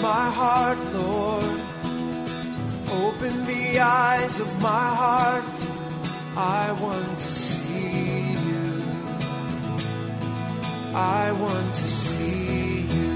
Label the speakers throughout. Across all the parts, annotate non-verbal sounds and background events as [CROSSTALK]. Speaker 1: my heart, Lord. Open the eyes of my heart. I want to see you. I want to see you.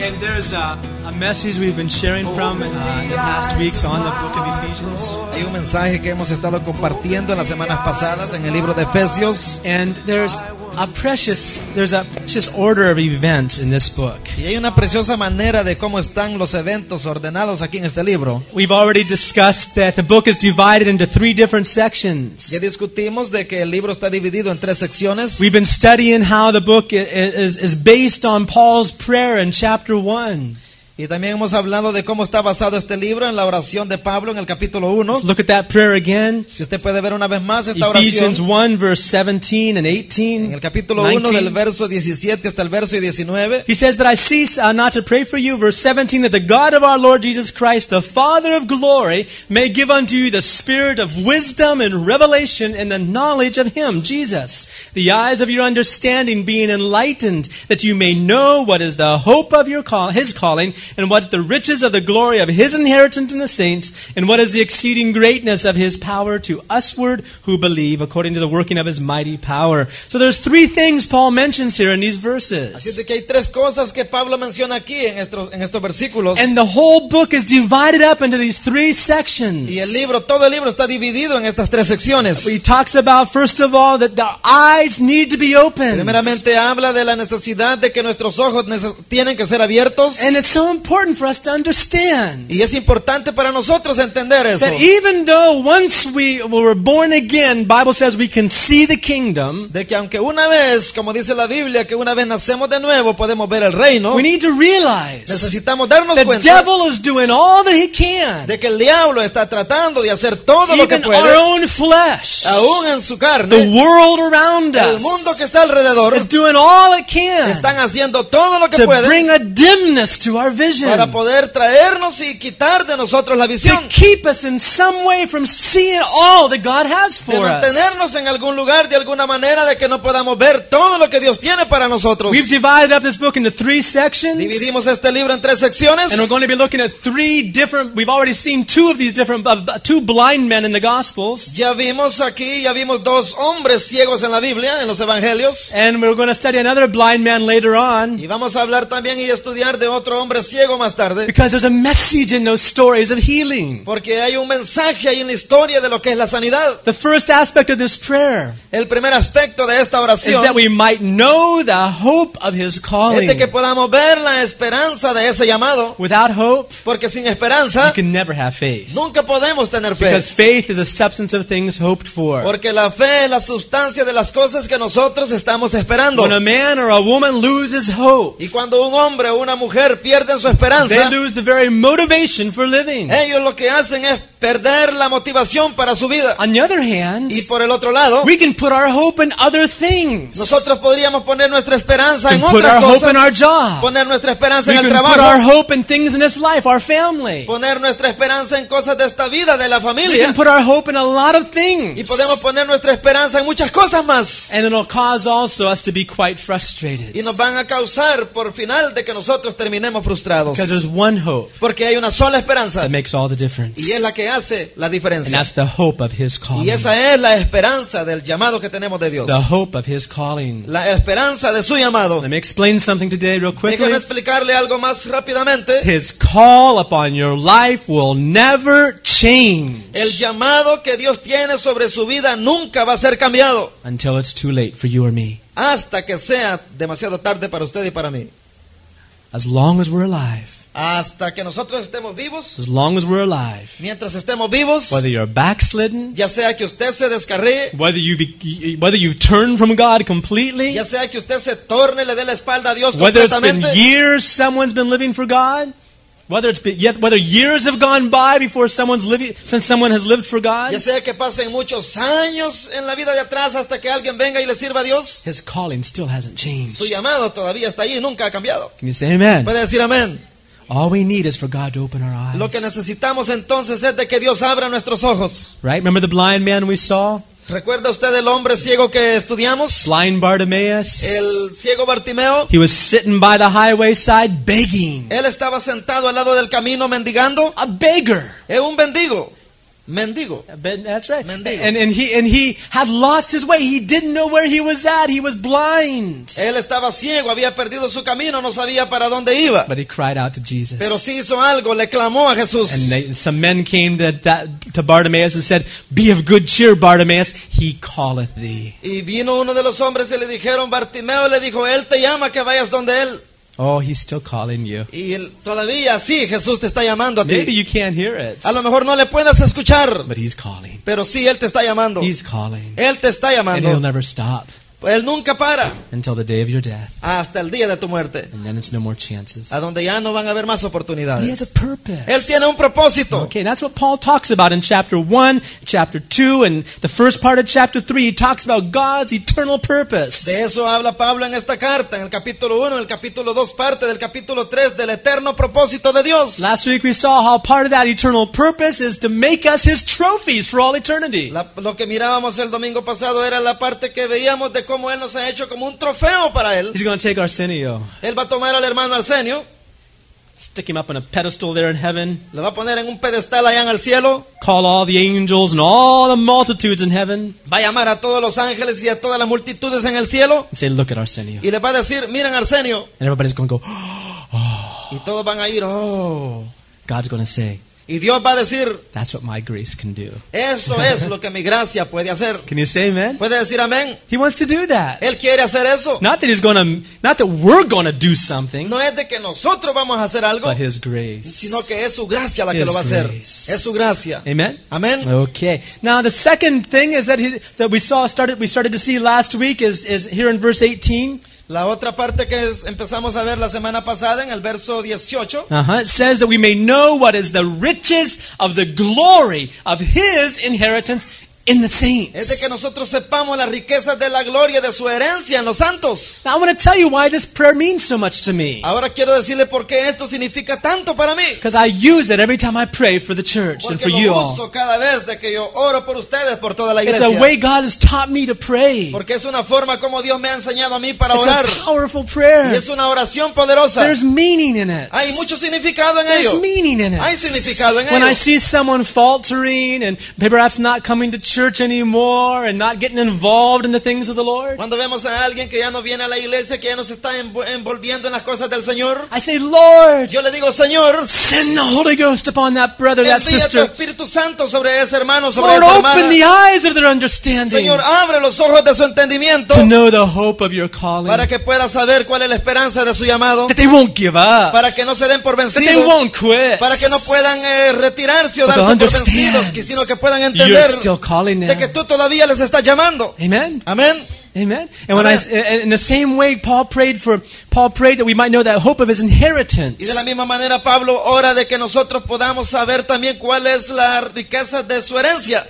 Speaker 2: And there's a, a message we've been sharing from uh, the past weeks on the book of Ephesians.
Speaker 3: Hay un mensaje que hemos estado compartiendo en las semanas pasadas en el libro de Efesios.
Speaker 2: And there's a precious there's a precious order of events in this book.
Speaker 3: Y hay una preciosa manera de cómo están los eventos ordenados aquí en este libro.
Speaker 2: We've already discussed that the book is divided into three different sections.
Speaker 3: Ya discutimos de que el libro está dividido en tres secciones.
Speaker 2: We've been studying how the book i- i- is, is based on Paul's prayer in chapter 1.
Speaker 3: Y también hemos hablado de cómo está basado este libro en la oración de Pablo en el capítulo 1.
Speaker 2: Let's look at that prayer again.
Speaker 3: Si usted puede ver una vez más esta
Speaker 2: Ephesians
Speaker 3: oración
Speaker 2: 1 verse 17 and 18.
Speaker 3: en el capítulo 1 del
Speaker 2: 19.
Speaker 3: verso 17 hasta el verso 19.
Speaker 2: He says that I cease uh, not to pray for you. Verse 17, that the God of our Lord Jesus Christ, the Father of glory, may give unto you the spirit of wisdom and revelation and the knowledge of Him, Jesus. The eyes of your understanding being enlightened, that you may know what is the hope of your call, His calling, and what the riches of the glory of His inheritance in the saints, and what is the exceeding greatness of His power to usward who believe, according to the working of His mighty power. So there's three things Paul mentions here in these verses.
Speaker 3: Así es de que hay tres cosas que Pablo menciona aquí en estos, en estos versículos.
Speaker 2: And the whole book is divided up into these three sections.
Speaker 3: Y el libro, todo el libro está dividido en estas tres secciones.
Speaker 2: He talks about, first of all, that the eyes need to be opened.
Speaker 3: Primeramente habla de la necesidad de que nuestros ojos neces- tienen que ser abiertos.
Speaker 2: And it's so important for us to understand
Speaker 3: Y es importante para nosotros entender eso.
Speaker 2: that even though once we were born again, Bible says we can see the kingdom,
Speaker 3: De que aunque una vez, como dice la Biblia, que una vez nacemos de nuevo podemos ver el reino,
Speaker 2: we need to realize
Speaker 3: necesitamos darnos
Speaker 2: the
Speaker 3: cuenta
Speaker 2: devil is doing all that he can,
Speaker 3: de que el diablo está tratando de hacer todo lo que
Speaker 2: even our
Speaker 3: puede,
Speaker 2: own flesh,
Speaker 3: aún en su
Speaker 2: the
Speaker 3: carne,
Speaker 2: world around
Speaker 3: el mundo
Speaker 2: us,
Speaker 3: que está alrededor,
Speaker 2: is doing all it can
Speaker 3: están haciendo todo lo que
Speaker 2: to
Speaker 3: pueden
Speaker 2: bring a dimness to our vision.
Speaker 3: para poder traernos y quitar de nosotros la visión.
Speaker 2: to keep us in some way from seeing all that God has
Speaker 3: de
Speaker 2: for us.
Speaker 3: mantenernos en algún lugar de alguna manera de que no podamos ver todo lo que Dios tiene para nosotros.
Speaker 2: We've divided up this book into three sections,
Speaker 3: Dividimos este libro en tres secciones
Speaker 2: and we're going to be looking at three different. We've already seen two of these different, uh, two blind men in the Gospels,
Speaker 3: Ya vimos aquí, ya vimos dos hombres ciegos en la Biblia, en los evangelios.
Speaker 2: and we're going to study another blind man later on
Speaker 3: Y vamos a hablar también y estudiar de otro hombre ciego más tarde.
Speaker 2: because there's a message in those stories of healing.
Speaker 3: Porque hay un mensaje ahí en la historia de lo que es la sanidad.
Speaker 2: The first aspect of this prayer
Speaker 3: El primer aspecto de esta
Speaker 2: is that
Speaker 3: oración
Speaker 2: we might know the hope of His
Speaker 3: es
Speaker 2: calling.
Speaker 3: de que podamos ver la esperanza de ese llamado.
Speaker 2: Without hope,
Speaker 3: Porque sin
Speaker 2: you
Speaker 3: esperanza
Speaker 2: can never have faith,
Speaker 3: nunca podemos tener fe.
Speaker 2: because faith is a substance of things hoped for.
Speaker 3: Porque la fe es la sustancia de las cosas que nosotros estamos esperando.
Speaker 2: When a man or a woman loses hope,
Speaker 3: Y cuando un hombre o una mujer pierden su
Speaker 2: they
Speaker 3: esperanza,
Speaker 2: lose the very motivation for living.
Speaker 3: ellos lo que hacen es perder la motivación para su vida.
Speaker 2: On the other hand,
Speaker 3: Y por el otro lado,
Speaker 2: we can put our hope in other things.
Speaker 3: nosotros podríamos poner nuestra esperanza
Speaker 2: We
Speaker 3: en
Speaker 2: can put our
Speaker 3: otras
Speaker 2: hope in our
Speaker 3: cosas,
Speaker 2: job.
Speaker 3: poner nuestra esperanza
Speaker 2: We
Speaker 3: en el
Speaker 2: can put our
Speaker 3: trabajo,
Speaker 2: hope in things in this life, our family.
Speaker 3: poner nuestra esperanza en cosas de esta vida, de la
Speaker 2: We can
Speaker 3: familia,
Speaker 2: put our hope in a lot of
Speaker 3: y
Speaker 2: things.
Speaker 3: podemos poner nuestra esperanza en muchas cosas más.
Speaker 2: And it'll cause also us to be quite frustrated.
Speaker 3: Y nos van a causar por final de que nosotros terminemos frustrados.
Speaker 2: Because there's one hope
Speaker 3: Porque hay una sola esperanza
Speaker 2: that makes all the difference.
Speaker 3: y es la que hace la
Speaker 2: And
Speaker 3: diferencia.
Speaker 2: that's the hope of his calling.
Speaker 3: Y esa es la esperanza del llamado que tenemos de Dios.
Speaker 2: The hope of his calling.
Speaker 3: La esperanza de su llamado.
Speaker 2: Let me explain something today real quickly.
Speaker 3: Déjame explicarle algo más rápidamente.
Speaker 2: His call upon your life will never change
Speaker 3: El llamado que Dios tiene sobre su vida nunca va a ser cambiado
Speaker 2: until it's too late for you or me.
Speaker 3: hasta que sea demasiado tarde para usted y para mí.
Speaker 2: As long as we're alive,
Speaker 3: Hasta que nosotros estemos vivos,
Speaker 2: as long as we're alive,
Speaker 3: mientras estemos vivos,
Speaker 2: whether you're backslidden,
Speaker 3: ya sea que usted se descarríe,
Speaker 2: whether you be, whether you've turned from God completely,
Speaker 3: ya sea que usted se torne, y le dé la espalda a Dios
Speaker 2: whether it's been
Speaker 3: completamente,
Speaker 2: years someone's been living for God, whether it's been yet whether years have gone by before someone's living since someone has lived for God,
Speaker 3: ya sea que pasen muchos años en la vida de atrás hasta que alguien venga y le sirva a Dios,
Speaker 2: his calling still hasn't changed.
Speaker 3: su llamado todavía está allí, nunca ha cambiado.
Speaker 2: Can you say amen?
Speaker 3: Puede decir amén.
Speaker 2: All we need is for God to open our
Speaker 3: Lo que
Speaker 2: eyes.
Speaker 3: necesitamos entonces es de que Dios abra nuestros ojos.
Speaker 2: Right? Remember the blind man we saw?
Speaker 3: ¿Recuerda usted el hombre ciego que estudiamos?
Speaker 2: Blind Bartimaeus.
Speaker 3: El ciego Bartimeo.
Speaker 2: He was sitting by the highway side begging.
Speaker 3: Él estaba sentado al lado del camino mendigando.
Speaker 2: A beggar.
Speaker 3: Es un mendigo. Mendigo.
Speaker 2: A bit- That's right.
Speaker 3: Mendigo.
Speaker 2: And, and he and he had lost his way. He didn't know where he was at. He was blind.
Speaker 3: Él estaba ciego, había perdido su camino, no sabía para dónde iba.
Speaker 2: But he cried out to Jesus.
Speaker 3: Pero sí hizo algo, le clamó a Jesús.
Speaker 2: And they, some men came to, that, to Bartimaeus and said, Be of good cheer, Bartimaeus, he calleth thee.
Speaker 3: Y vino uno de los hombres y le dijeron, Bartimeo le dijo, Él te llama que vayas donde Él.
Speaker 2: Oh, he's still calling you.
Speaker 3: Y él, todavía sí, Jesús te está llamando a
Speaker 2: Maybe
Speaker 3: ti.
Speaker 2: you can't hear it,
Speaker 3: A lo mejor no le puedas escuchar,
Speaker 2: but he's calling.
Speaker 3: pero sí, Él te está llamando.
Speaker 2: He's calling.
Speaker 3: Él te está
Speaker 2: And he'll
Speaker 3: llamando.
Speaker 2: never stop
Speaker 3: Él nunca para
Speaker 2: until the day of your death.
Speaker 3: hasta el día de tu muerte,
Speaker 2: And then it's no more chances.
Speaker 3: a donde ya no van a haber más
Speaker 2: He
Speaker 3: oportunidades.
Speaker 2: has a purpose.
Speaker 3: Él tiene un propósito.
Speaker 2: Okay, that's what Paul talks about in chapter 1, chapter 2, and the first part of chapter 3. He talks about God's eternal purpose.
Speaker 3: De eso habla Pablo en esta carta, en el capítulo 1, en el capítulo 2, parte del capítulo 3, del eterno propósito de Dios.
Speaker 2: Last week we saw how part of that eternal purpose is to make us his trophies for all eternity.
Speaker 3: La- lo que mirábamos el domingo pasado era la parte que veíamos de cómo Él nos ha hecho como un trofeo para Él.
Speaker 2: He's going to take Arsenio,
Speaker 3: Él va a tomar al hermano Arsenio,
Speaker 2: stick him up on a pedestal there in heaven,
Speaker 3: lo va a poner en un pedestal allá en el cielo,
Speaker 2: call all the angels and all the multitudes in heaven,
Speaker 3: va a llamar a todos los ángeles y a todas las multitudes en el cielo
Speaker 2: and say, Look at Arsenio.
Speaker 3: y les va a decir, miren Arsenio.
Speaker 2: And everybody's going to go, [GASPS] "Oh."
Speaker 3: Y todos van a ir, oh.
Speaker 2: God's going to say,
Speaker 3: Y Dios va a decir,
Speaker 2: That's what my grace can do.
Speaker 3: eso es lo que mi gracia puede hacer.
Speaker 2: Can you say amen?
Speaker 3: Puede decir amén.
Speaker 2: He wants to do that.
Speaker 3: Él quiere hacer eso.
Speaker 2: Not that he's going to, not that we're going to do something,
Speaker 3: No es de que nosotros vamos a hacer algo,
Speaker 2: but his grace.
Speaker 3: sino que es su gracia la que
Speaker 2: His
Speaker 3: lo va a hacer.
Speaker 2: grace.
Speaker 3: Es su gracia.
Speaker 2: Amen.
Speaker 3: Amén.
Speaker 2: Okay. Now the second thing is that he, that we saw started we started to see last week is is here in verse 18.
Speaker 3: La otra parte que es- empezamos a ver la semana pasada en el verso 18,
Speaker 2: Uh-huh. It says that we may know what is the riches of the glory of his inheritance in the
Speaker 3: es de
Speaker 2: saints.
Speaker 3: que nosotros sepamos las riquezas de la gloria de su herencia en los santos.
Speaker 2: Now, I want to tell you why this prayer means so much to me.
Speaker 3: Ahora quiero decirle por qué esto significa tanto para mí.
Speaker 2: Because I use it every time I pray for the church and for
Speaker 3: Porque
Speaker 2: you
Speaker 3: lo
Speaker 2: all.
Speaker 3: uso cada vez de que yo oro por ustedes, por toda la
Speaker 2: It's
Speaker 3: iglesia.
Speaker 2: a way God has taught me to pray.
Speaker 3: Porque es una forma como Dios me ha enseñado a mí para
Speaker 2: It's
Speaker 3: orar.
Speaker 2: a powerful
Speaker 3: Y
Speaker 2: prayer.
Speaker 3: es una oración poderosa.
Speaker 2: There's meaning in it.
Speaker 3: Hay mucho significado en ello.
Speaker 2: There's meaning in it.
Speaker 3: Hay significado en
Speaker 2: when
Speaker 3: ello.
Speaker 2: I see someone faltering and perhaps not coming to church anymore and not getting involved in the things of the Lord,
Speaker 3: Cuando vemos a alguien que ya no viene a la iglesia, que ya nos está envo- envolviendo en las cosas del Señor,
Speaker 2: I say, Lord,
Speaker 3: yo le digo, Señor,
Speaker 2: send the Holy Ghost upon that brother, that
Speaker 3: envía tu
Speaker 2: sister.
Speaker 3: Espíritu Santo sobre ese hermano, sobre
Speaker 2: Lord,
Speaker 3: esa
Speaker 2: open the
Speaker 3: hermana.
Speaker 2: eyes of their understanding
Speaker 3: Señor, abre los ojos de su entendimiento
Speaker 2: to know the hope of your calling.
Speaker 3: para que pueda saber cuál es la esperanza de su llamado,
Speaker 2: That they won't give up.
Speaker 3: para que no se den por
Speaker 2: That they
Speaker 3: vencidos,
Speaker 2: won't quit.
Speaker 3: para que no puedan eh, retirarse o
Speaker 2: But
Speaker 3: darse por
Speaker 2: understand
Speaker 3: vencidos, que- sino que puedan
Speaker 2: You're
Speaker 3: entender
Speaker 2: still calling
Speaker 3: de que
Speaker 2: them.
Speaker 3: tú todavía les estás llamando.
Speaker 2: Amen.
Speaker 3: Amén.
Speaker 2: Amen. And when I, and in the same way, Paul prayed for Paul prayed that we might know that hope of his inheritance.
Speaker 3: Y de la misma manera Pablo ora de que nosotros podamos saber también cuál es la riqueza de su herencia,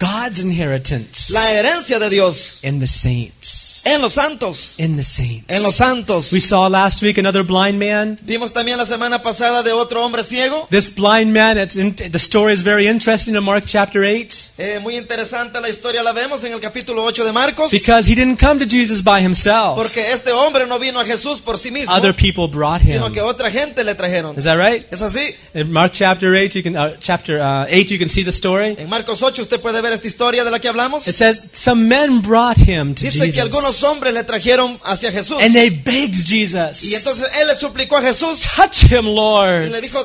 Speaker 2: God's inheritance
Speaker 3: la herencia de Dios
Speaker 2: in the saints.
Speaker 3: en los santos,
Speaker 2: In the saints.
Speaker 3: en los santos.
Speaker 2: We saw last week another blind man.
Speaker 3: Vimos también la semana pasada de otro hombre ciego,
Speaker 2: This blind man, it's in, the story is very interesting in Mark chapter 8
Speaker 3: Eh, muy interesante la historia, la vemos en el capítulo 8 de Marcos,
Speaker 2: because he didn't come to Jesus by himself.
Speaker 3: porque este hombre no vino a Jesús por sí mismo,
Speaker 2: Other people brought
Speaker 3: sino que
Speaker 2: him.
Speaker 3: otra gente le trajeron.
Speaker 2: Is that right?
Speaker 3: Es así,
Speaker 2: In Mark chapter 8, you can uh, chapter uh, 8 you can see the story.
Speaker 3: en Marcos 8 usted puede ver esta historia de la que hablamos.
Speaker 2: It says some men brought him to
Speaker 3: Dice que algunos
Speaker 2: Jesus
Speaker 3: hombres le trajeron hacia Jesús.
Speaker 2: and they begged
Speaker 3: Y
Speaker 2: Jesus,
Speaker 3: entonces él le suplicó a Jesús
Speaker 2: "Touch him,
Speaker 3: y
Speaker 2: Lord.
Speaker 3: le dijo,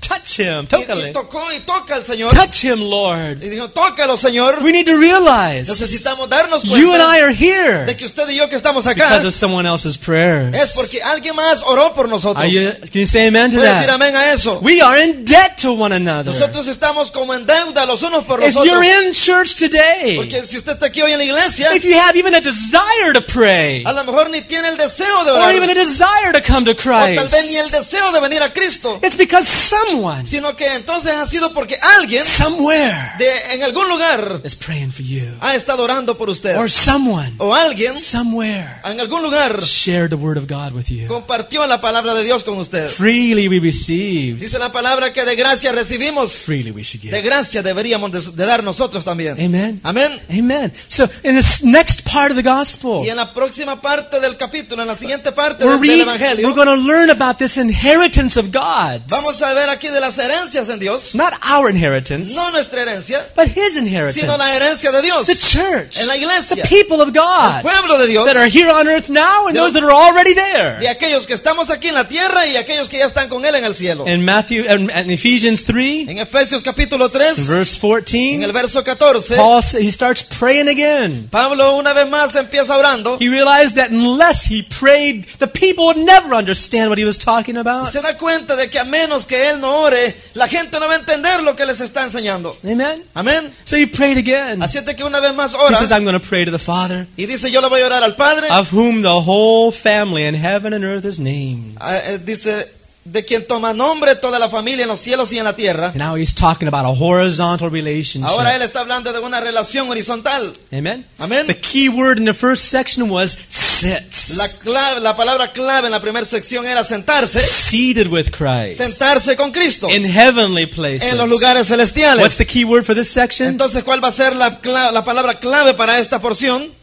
Speaker 2: Touch him.
Speaker 3: Y, y
Speaker 2: Tócale.
Speaker 3: tocó y toca al Señor.
Speaker 2: Touch him, Lord."
Speaker 3: Y dijo, tócalo, Señor.
Speaker 2: We need to realize
Speaker 3: Necesitamos darnos
Speaker 2: You and I
Speaker 3: cuenta
Speaker 2: are here
Speaker 3: de que usted y yo que estamos acá
Speaker 2: because of someone else's prayers.
Speaker 3: es porque alguien más oró por nosotros.
Speaker 2: Are you, can you say amen to
Speaker 3: Puede decir
Speaker 2: that?
Speaker 3: amén a eso.
Speaker 2: We are in debt to one another.
Speaker 3: Nosotros estamos como en deuda los unos por los
Speaker 2: If you're
Speaker 3: otros.
Speaker 2: in church today,
Speaker 3: Porque si usted está aquí hoy en la iglesia,
Speaker 2: if you have even a desire to pray,
Speaker 3: a lo mejor ni tiene el deseo de
Speaker 2: or even a
Speaker 3: orar.
Speaker 2: desire to come to
Speaker 3: O tal vez ni el
Speaker 2: Christ,
Speaker 3: deseo de venir a Cristo.
Speaker 2: it's because someone
Speaker 3: sino que entonces ha sido porque alguien
Speaker 2: somewhere
Speaker 3: de, en algún lugar
Speaker 2: is praying for you.
Speaker 3: ha estado orando por usted.
Speaker 2: Or someone
Speaker 3: O alguien
Speaker 2: somewhere
Speaker 3: en algún lugar
Speaker 2: shared the word of God with you.
Speaker 3: compartió la palabra de Dios con usted.
Speaker 2: Freely we received,
Speaker 3: Dice la palabra que de gracia recibimos,
Speaker 2: freely we should
Speaker 3: de
Speaker 2: give.
Speaker 3: gracia deberíamos de, de dar nosotros también.
Speaker 2: Amen.
Speaker 3: Amén.
Speaker 2: Amen. So, in this next part of the gospel,
Speaker 3: Y en la próxima parte del capítulo, en la siguiente parte
Speaker 2: we're,
Speaker 3: del, del
Speaker 2: read- we're
Speaker 3: Evangelio,
Speaker 2: going to learn about this inheritance of God.
Speaker 3: vamos a ver aquí de las herencias en Dios,
Speaker 2: Not our inheritance,
Speaker 3: no nuestra herencia,
Speaker 2: but His inheritance.
Speaker 3: sino la herencia de Dios,
Speaker 2: The church.
Speaker 3: en la iglesia,
Speaker 2: The people of God.
Speaker 3: el pueblo de Dios,
Speaker 2: That are here on earth now and
Speaker 3: De-
Speaker 2: those that are already there.
Speaker 3: de aquellos que estamos aquí en la tierra y aquellos que ya están con Él en el cielo.
Speaker 2: In Matthew and Ephesians 3,
Speaker 3: En Efesios capítulo 3,
Speaker 2: verse
Speaker 3: en
Speaker 2: 14,
Speaker 3: el verso 14,
Speaker 2: Paul s- he starts praying again.
Speaker 3: Pablo una vez más empieza orando
Speaker 2: He realized that unless he prayed, the people would never understand what he was talking
Speaker 3: y
Speaker 2: about.
Speaker 3: se da cuenta de que a menos que Él no ore, la gente no va a entender lo que les está enseñando.
Speaker 2: Amen.
Speaker 3: Amén.
Speaker 2: So he prayed again.
Speaker 3: Así es de que una vez más
Speaker 2: He
Speaker 3: ora
Speaker 2: says, "I'm going to pray to the Father,
Speaker 3: y dice, yo le voy a orar al Padre.
Speaker 2: of whom the whole family in heaven and earth is named."
Speaker 3: Ah, eh, dice, de quien toma nombre toda la familia en los cielos y en la tierra.
Speaker 2: And now he's talking about a horizontal
Speaker 3: Ahora
Speaker 2: relationship.
Speaker 3: él está hablando de una relación horizontal.
Speaker 2: Amen.
Speaker 3: Amén.
Speaker 2: The key word in the first section was sits,
Speaker 3: La, clave, la palabra clave en la primera sección era sentarse,
Speaker 2: seated with Christ
Speaker 3: sentarse con Cristo
Speaker 2: in heavenly
Speaker 3: en los
Speaker 2: places.
Speaker 3: lugares
Speaker 2: What's
Speaker 3: celestiales.
Speaker 2: the key word for this section?
Speaker 3: Entonces, ¿cuál va a ser la, cla- la palabra clave para esta porción?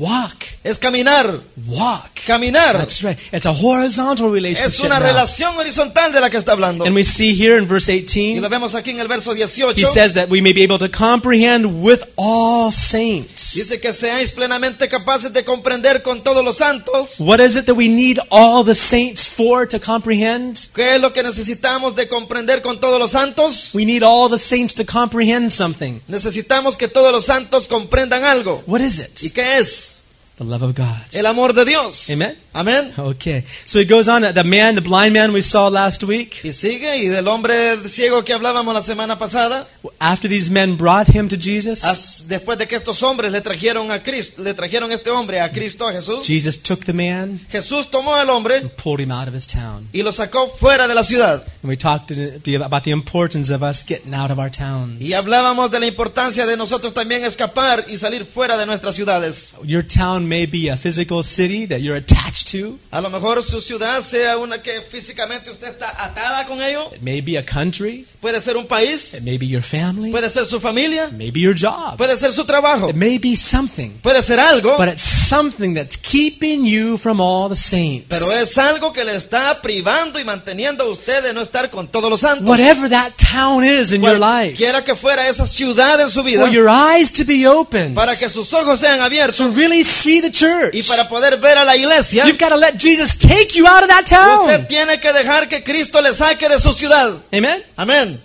Speaker 2: Walk,
Speaker 3: Es caminar,
Speaker 2: walk.
Speaker 3: caminar.
Speaker 2: That's right. It's a horizontal
Speaker 3: Es
Speaker 2: relationship.
Speaker 3: una
Speaker 2: now.
Speaker 3: relación horizontal de la que está hablando.
Speaker 2: And we see here in verse
Speaker 3: Y
Speaker 2: 18,
Speaker 3: lo vemos aquí en el verso
Speaker 2: he
Speaker 3: 18.
Speaker 2: says that we may be able to comprehend with all saints.
Speaker 3: Dice que seáis plenamente capaces de comprender con todos los santos
Speaker 2: What is it that we need all the saints for to comprehend?
Speaker 3: ¿Qué es lo que necesitamos de comprender con todos los santos?
Speaker 2: We need all the saints to comprehend something.
Speaker 3: Necesitamos que todos los santos comprendan algo.
Speaker 2: What is
Speaker 3: ¿Y
Speaker 2: it?
Speaker 3: qué es?
Speaker 2: The love of God.
Speaker 3: El amor de Dios.
Speaker 2: Amen.
Speaker 3: Amén.
Speaker 2: Okay. So he goes on, the man, the blind man we saw last week,
Speaker 3: Y sigue, y del hombre ciego que hablábamos la semana pasada,
Speaker 2: after these men brought him to Jesus,
Speaker 3: as- después de que estos hombres le trajeron a Cristo, le trajeron este hombre a Cristo, a Jesús,
Speaker 2: Jesus took the man
Speaker 3: Jesús tomó al hombre
Speaker 2: and pulled him out of his town.
Speaker 3: y lo sacó fuera de la ciudad.
Speaker 2: And we talked to- to- about the importance of us getting out of our towns.
Speaker 3: Y hablábamos de la importancia de nosotros también escapar y salir fuera de nuestras ciudades.
Speaker 2: Your town may be a physical city that you're attached to.
Speaker 3: A lo mejor su ciudad sea una que físicamente usted está atada con ello,
Speaker 2: It may be a country.
Speaker 3: puede ser un país,
Speaker 2: It may be your family.
Speaker 3: Puede ser su familia,
Speaker 2: Maybe your job.
Speaker 3: puede ser su trabajo,
Speaker 2: It may be something.
Speaker 3: puede ser algo,
Speaker 2: But it's something that's keeping you from all the saints.
Speaker 3: pero es algo que le está privando y manteniendo a usted de no estar con todos los santos.
Speaker 2: Whatever that town is in your life,
Speaker 3: Quiera que fuera esa ciudad en su vida,
Speaker 2: for your eyes to be opened,
Speaker 3: para que
Speaker 2: to
Speaker 3: sus ojos sean abiertos
Speaker 2: really see the
Speaker 3: y
Speaker 2: church,
Speaker 3: para poder ver a la iglesia,
Speaker 2: you've got to let Jesus take you out of that
Speaker 3: usted
Speaker 2: town.
Speaker 3: tiene que dejar que Cristo le saque de su ciudad.
Speaker 2: Amen?
Speaker 3: Amén.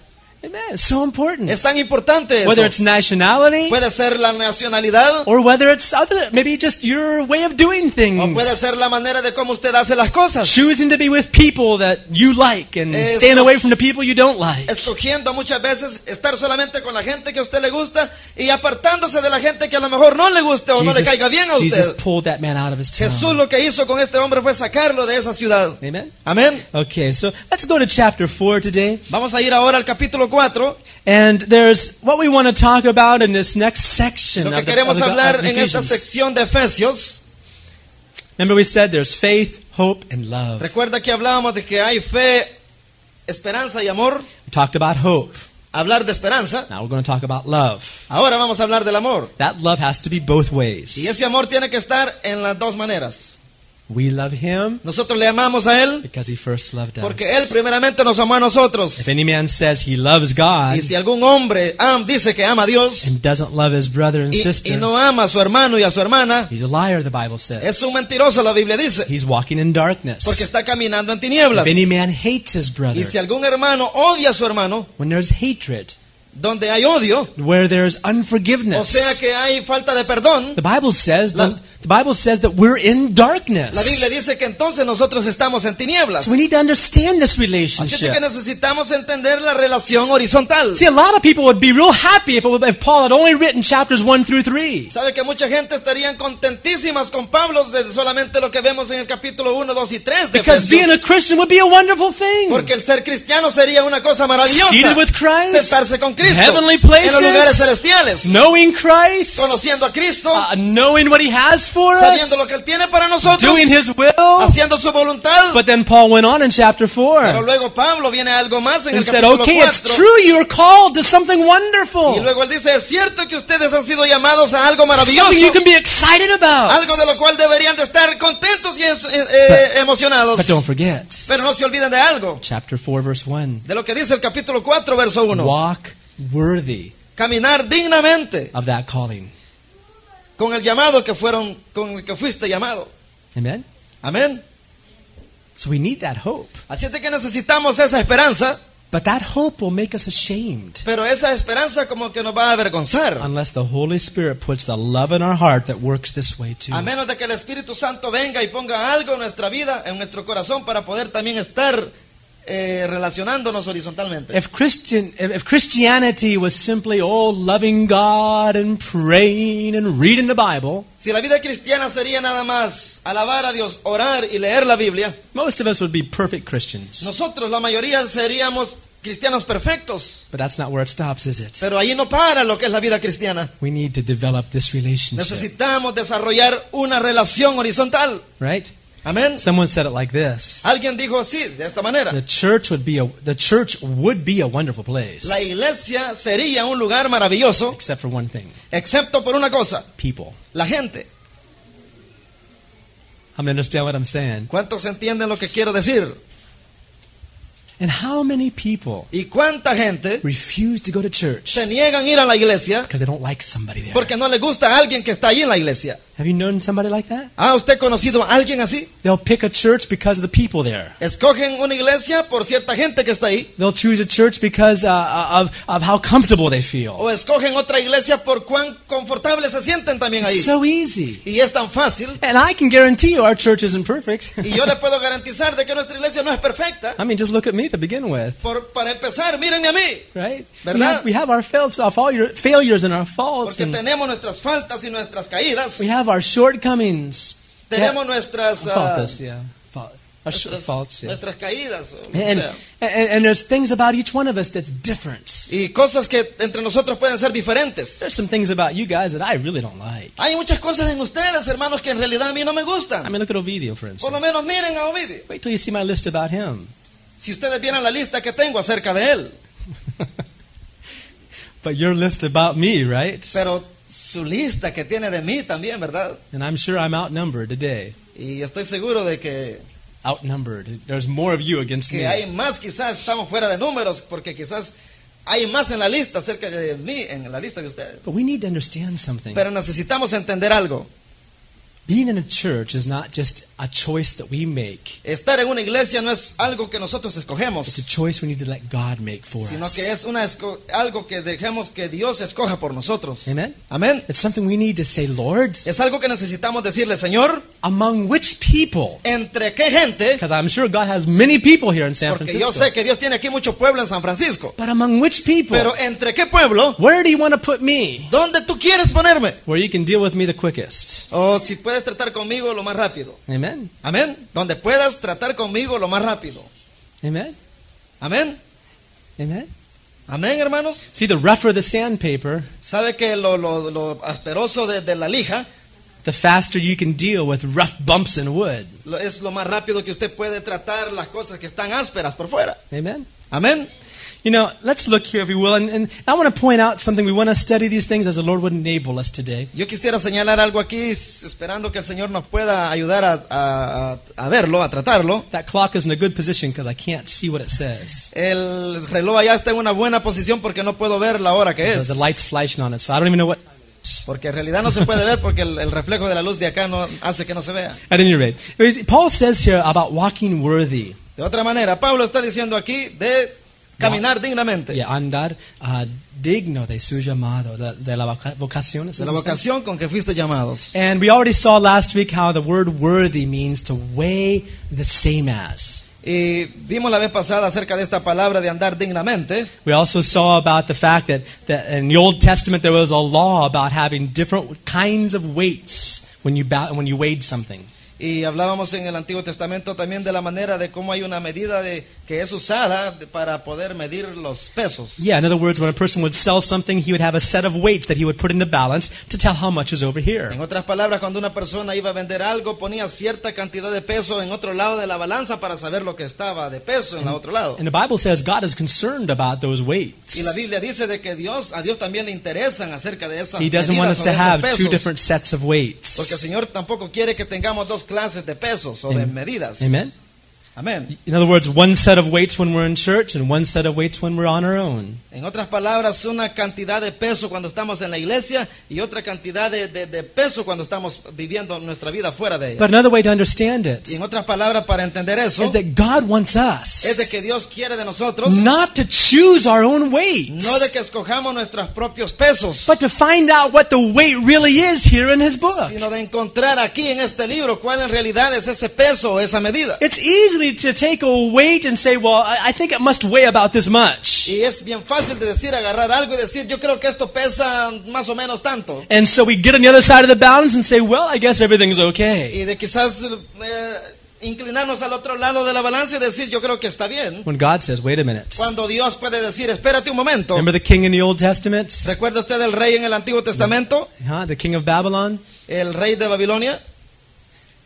Speaker 2: Amen. It's so important.
Speaker 3: Es tan importante
Speaker 2: Whether
Speaker 3: eso.
Speaker 2: it's nationality,
Speaker 3: Puede ser la nacionalidad
Speaker 2: or whether it's other, maybe just your way of doing
Speaker 3: o puede
Speaker 2: things.
Speaker 3: ser la manera de cómo usted hace las cosas.
Speaker 2: Choosing to be with people that you like and
Speaker 3: Es-
Speaker 2: staying away from the people you don't like.
Speaker 3: escogiendo muchas veces estar solamente con la gente que a usted le gusta y apartándose de la gente que a lo mejor no le guste o no le caiga bien a usted.
Speaker 2: Jesus pulled that man out of his
Speaker 3: Jesús
Speaker 2: town.
Speaker 3: lo que hizo con este hombre fue sacarlo de esa ciudad.
Speaker 2: Amen?
Speaker 3: Amén.
Speaker 2: Okay, so let's go to chapter 4 today.
Speaker 3: Vamos a ir ahora al capítulo 4.
Speaker 2: And there's what we want to talk about in this next section
Speaker 3: Lo que
Speaker 2: of the, of
Speaker 3: queremos
Speaker 2: the- of
Speaker 3: hablar en esta
Speaker 2: Ephesians.
Speaker 3: sección de Efesios.
Speaker 2: Remember we said there's faith, hope, and love. We
Speaker 3: Recuerda que hablábamos de que hay fe, esperanza y amor.
Speaker 2: talked about hope.
Speaker 3: Hablar de esperanza.
Speaker 2: Now we're going to talk about love.
Speaker 3: Ahora vamos a hablar del amor.
Speaker 2: That love has to be both
Speaker 3: Y
Speaker 2: ways.
Speaker 3: ese amor tiene que estar en las dos maneras.
Speaker 2: We love him
Speaker 3: Nosotros le amamos a Él
Speaker 2: because he first loved us.
Speaker 3: porque Él primeramente nos amó a nosotros.
Speaker 2: If any man says he loves God
Speaker 3: Y si algún hombre am- dice que ama a Dios
Speaker 2: and doesn't love his brother and
Speaker 3: y,
Speaker 2: sister,
Speaker 3: y no ama a su hermano y a su hermana,
Speaker 2: he's a liar, the Bible
Speaker 3: es
Speaker 2: says.
Speaker 3: un mentiroso, la Biblia dice,
Speaker 2: He's walking in
Speaker 3: porque
Speaker 2: darkness.
Speaker 3: está caminando en tinieblas.
Speaker 2: If any man hates his brother,
Speaker 3: Y si algún hermano odia a su hermano,
Speaker 2: when there's hatred,
Speaker 3: donde hay odio,
Speaker 2: where there's
Speaker 3: o sea
Speaker 2: unforgiveness,
Speaker 3: que hay falta de perdón,
Speaker 2: the Bible says
Speaker 3: la,
Speaker 2: the, The Bible says that we're in
Speaker 3: La
Speaker 2: darkness.
Speaker 3: Biblia dice que entonces nosotros estamos en tinieblas.
Speaker 2: So we need to understand this
Speaker 3: Así es de que
Speaker 2: relationship.
Speaker 3: necesitamos entender la relación horizontal.
Speaker 2: See, a lot of people would be real happy if, it, would- if Paul had only written chapters 1 through 3.
Speaker 3: Sabe que mucha gente estarían contentísimas con Pablo de solamente lo que vemos en el capítulo 1, 2 y 3 de
Speaker 2: Because being
Speaker 3: Efesios.
Speaker 2: a Christian would be a wonderful thing.
Speaker 3: Porque el ser cristiano sería una cosa maravillosa.
Speaker 2: Seated with Christ,
Speaker 3: Sentarse con Cristo
Speaker 2: heavenly
Speaker 3: en
Speaker 2: places,
Speaker 3: los lugares celestiales,
Speaker 2: Knowing Christ,
Speaker 3: conociendo a Cristo,
Speaker 2: uh, knowing what he has for
Speaker 3: sabiendo lo
Speaker 2: us,
Speaker 3: que él tiene para [LAUGHS] nosotros,
Speaker 2: doing his will.
Speaker 3: haciendo su voluntad.
Speaker 2: Oh. But then Paul went on in chapter
Speaker 3: Pero
Speaker 2: 4
Speaker 3: luego Pablo viene a algo más en
Speaker 2: and
Speaker 3: el
Speaker 2: said,
Speaker 3: capítulo
Speaker 2: Okay, it's
Speaker 3: 4.
Speaker 2: true, you're called to something
Speaker 3: Y
Speaker 2: wonderful.
Speaker 3: luego él dice, es cierto que ustedes han sido llamados a algo
Speaker 2: Something you
Speaker 3: maravilloso,
Speaker 2: can be excited about.
Speaker 3: algo de lo cual deberían de estar contentos y eh, eh, emocionados.
Speaker 2: But don't forget,
Speaker 3: Pero no se olviden de algo,
Speaker 2: chapter 4, verse 1
Speaker 3: de lo que dice el capítulo 4, verso 1.
Speaker 2: walk worthy
Speaker 3: Caminar dignamente
Speaker 2: of that calling.
Speaker 3: con el llamado que fueron, con el que fuiste llamado.
Speaker 2: Amen?
Speaker 3: Amén.
Speaker 2: So we need that hope.
Speaker 3: Así es de que necesitamos esa esperanza,
Speaker 2: But that hope will make us ashamed
Speaker 3: pero esa esperanza como que nos va a avergonzar.
Speaker 2: unless the Holy Spirit puts the love in our heart that works this way too.
Speaker 3: A menos de que el Espíritu Santo venga y ponga algo en nuestra vida, en nuestro corazón, para poder también estar eh, relacionándonos horizontalmente.
Speaker 2: If Christian if if Christianity was simply oh loving God and praying and reading the Bible,
Speaker 3: Si la vida cristiana sería nada más alabar a Dios, orar y leer la Biblia,
Speaker 2: most of us would be perfect Christians.
Speaker 3: nosotros la mayoría seríamos cristianos perfectos.
Speaker 2: But that's not where it stops, is it?
Speaker 3: Pero ahí no para lo que es la vida cristiana.
Speaker 2: We need to develop this relationship,
Speaker 3: Necesitamos desarrollar una relación horizontal.
Speaker 2: right?
Speaker 3: Amén.
Speaker 2: Someone said it like this.
Speaker 3: Alguien dijo así, de esta manera.
Speaker 2: The church would be a the church would be a wonderful
Speaker 3: La
Speaker 2: place
Speaker 3: iglesia sería un lugar maravilloso,
Speaker 2: except for one thing,
Speaker 3: excepto por una cosa,
Speaker 2: people.
Speaker 3: la gente.
Speaker 2: I'm understand what I'm saying.
Speaker 3: ¿Cuántos entienden lo que quiero decir?
Speaker 2: And how many people
Speaker 3: ¿Y cuánta gente
Speaker 2: refuse to go to church
Speaker 3: se niegan a ir a la iglesia
Speaker 2: because they don't like somebody there?
Speaker 3: porque no le gusta a alguien que está ahí en la iglesia?
Speaker 2: Have you known somebody like that?
Speaker 3: ¿Ha usted conocido a alguien así?
Speaker 2: They'll pick a church because of the people there.
Speaker 3: Escogen una iglesia por cierta gente que está ahí
Speaker 2: They'll choose a church because uh, of, of how comfortable they feel.
Speaker 3: o escogen otra iglesia por cuán confortables se sienten también
Speaker 2: It's
Speaker 3: ahí.
Speaker 2: so easy.
Speaker 3: Y es tan fácil.
Speaker 2: And I can guarantee you our church isn't
Speaker 3: [LAUGHS]
Speaker 2: perfect.
Speaker 3: Y yo le puedo garantizar de que nuestra iglesia no es perfecta.
Speaker 2: I mean, just look at me to begin with,
Speaker 3: Por- para empezar, mírenme a mí.
Speaker 2: right? We
Speaker 3: ¿Verdad?
Speaker 2: have, we have our fails, our fall- your- failures and our faults.
Speaker 3: Porque
Speaker 2: And
Speaker 3: tenemos nuestras faltas y nuestras caídas.
Speaker 2: we have our shortcomings.
Speaker 3: Tenemos nuestras, ah,
Speaker 2: Faults, yeah. Fa- Our short
Speaker 3: nuestras,
Speaker 2: faults, yeah.
Speaker 3: nuestras caídas. o
Speaker 2: And,
Speaker 3: sea,
Speaker 2: and, and there's things about each one of us that's different.
Speaker 3: y cosas que entre nosotros pueden ser diferentes.
Speaker 2: There's some things about you guys that I really don't like.
Speaker 3: Hay muchas cosas en ustedes, hermanos, que en realidad a mí no me
Speaker 2: I
Speaker 3: gustan.
Speaker 2: mean, look at Ovidio, for
Speaker 3: Por
Speaker 2: instance.
Speaker 3: lo menos miren a Ovidio.
Speaker 2: Wait till you see my list about him.
Speaker 3: Si ustedes vieran la lista que tengo acerca de él.
Speaker 2: But your list about me, right?
Speaker 3: Pero su lista que tiene de mí también, ¿verdad?
Speaker 2: And I'm sure I'm outnumbered today.
Speaker 3: Y estoy seguro de que,
Speaker 2: Outnumbered. There's more of you against
Speaker 3: que
Speaker 2: me.
Speaker 3: hay más, quizás estamos fuera de números, porque quizás hay más en la lista acerca de mí, en la lista de ustedes.
Speaker 2: But we need to understand something.
Speaker 3: Pero necesitamos entender algo.
Speaker 2: Being in a church is not just a choice that we make.
Speaker 3: Estar en una iglesia no es algo que nosotros
Speaker 2: It's a
Speaker 3: escogemos,
Speaker 2: choice we need to let God make for
Speaker 3: sino que
Speaker 2: us.
Speaker 3: es una esco- algo que dejemos que Dios escoja por nosotros.
Speaker 2: Amen.
Speaker 3: Amén.
Speaker 2: It's something we need to say, Lord,
Speaker 3: Es algo que necesitamos decirle, Señor,
Speaker 2: among which people?
Speaker 3: ¿entre qué gente?
Speaker 2: Because I'm sure God has many people here in San
Speaker 3: Porque yo sé
Speaker 2: Francisco.
Speaker 3: que Dios tiene aquí mucho pueblo en San Francisco.
Speaker 2: But among which people?
Speaker 3: Pero ¿entre qué pueblo?
Speaker 2: Where do you want to put me?
Speaker 3: ¿Dónde tú quieres ponerme?
Speaker 2: Where you can deal with me the quickest.
Speaker 3: O si puedes tratar conmigo lo más rápido.
Speaker 2: Amen.
Speaker 3: Amén. Donde puedas tratar conmigo lo más rápido.
Speaker 2: Amen.
Speaker 3: Amén.
Speaker 2: Amen.
Speaker 3: Amén, hermanos.
Speaker 2: See, the rougher the sandpaper,
Speaker 3: Sabe que lo, lo, lo asperoso de, de la lija
Speaker 2: the faster you can deal with rough bumps in wood.
Speaker 3: lo- es lo más rápido que usted puede tratar las cosas que están ásperas por fuera.
Speaker 2: Amen.
Speaker 3: Amén.
Speaker 2: You know, let's look here, if you will, and, and I want to point out something. We want to study these things as the Lord would enable us today.
Speaker 3: Yo quisiera señalar algo aquí, s- esperando que el Señor nos pueda ayudar a, a- a- a verlo, a tratarlo.
Speaker 2: That clock is in a good position because I can't see what it says.
Speaker 3: El reloj allá está en una buena posición porque no puedo ver la hora que
Speaker 2: The,
Speaker 3: es.
Speaker 2: the light's flashing on it, so I don't even know what time it is.
Speaker 3: Porque en realidad no se puede ver porque el, el reflejo de la luz de acá no hace que no se vea.
Speaker 2: At any rate, Paul says here about walking worthy.
Speaker 3: De otra manera, Pablo está diciendo aquí de Caminar dignamente.
Speaker 2: y andar ah, digno de su llamado, de, de la voca- vocación. ¿es
Speaker 3: De la
Speaker 2: eso?
Speaker 3: vocación con que fuiste llamados.
Speaker 2: And we already saw last week how the word worthy means to weigh the same as.
Speaker 3: Y vimos la vez pasada acerca de esta palabra de andar dignamente.
Speaker 2: We also saw about the fact that, that in the Old Testament there was a law about having different kinds of weights when you, ba- when you weighed something.
Speaker 3: Y hablábamos en el Antiguo Testamento también de la manera de cómo hay una medida de, que es usada de- para poder medir los pesos.
Speaker 2: Yeah, in other words, when a person would sell something, he would have a set of weights that he would put into balance to tell how much is over here.
Speaker 3: En otras palabras, cuando una persona iba a vender algo, ponía cierta cantidad de peso en otro lado de la balanza para saber lo que estaba de peso en el otro lado.
Speaker 2: And the Bible says God is concerned about those weights.
Speaker 3: Y la Biblia dice de que Dios, a Dios también le interesan acerca de esas
Speaker 2: He
Speaker 3: medidas
Speaker 2: doesn't want us
Speaker 3: o
Speaker 2: to
Speaker 3: de esos
Speaker 2: have
Speaker 3: pesos.
Speaker 2: two different sets of
Speaker 3: Porque el
Speaker 2: weights.
Speaker 3: Señor tampoco quiere que tengamos dos clases de pesos o de
Speaker 2: Amen.
Speaker 3: medidas.
Speaker 2: Amen?
Speaker 3: Amén.
Speaker 2: In other words, one set of weights when we're in church and one set of weights when we're on our own.
Speaker 3: En otras palabras, una cantidad de peso cuando estamos en la iglesia y otra cantidad de, de- de peso cuando estamos viviendo nuestra vida fuera de ella.
Speaker 2: But another way to understand it
Speaker 3: Y en otras palabras, para entender eso,
Speaker 2: is that God wants
Speaker 3: es de
Speaker 2: us
Speaker 3: que Dios quiere de nosotros
Speaker 2: not to choose our own weights,
Speaker 3: no de que escojamos nuestros propios pesos,
Speaker 2: but to find out what the weight really is here in His book.
Speaker 3: sino de encontrar aquí en este libro cuál en realidad es ese peso o esa medida.
Speaker 2: It's easy to take a weight and say, well, I I think it must weigh about this much.
Speaker 3: Y es bien fácil de decir, agarrar algo y decir, yo creo que esto pesa más o menos tanto.
Speaker 2: And so we get on the other side of the balance and say, well, I guess everything's okay.
Speaker 3: Y de quizás eh, inclinarnos al otro lado de la balanza y decir, yo creo que está bien.
Speaker 2: When God says, wait a minute.
Speaker 3: Cuando Dios puede decir, espérate un momento.
Speaker 2: Remember the king in the Old Testament?
Speaker 3: ¿Recuerda usted el rey en el Antiguo Testamento?
Speaker 2: Huh? The king of Babylon?
Speaker 3: El rey de Babilonia.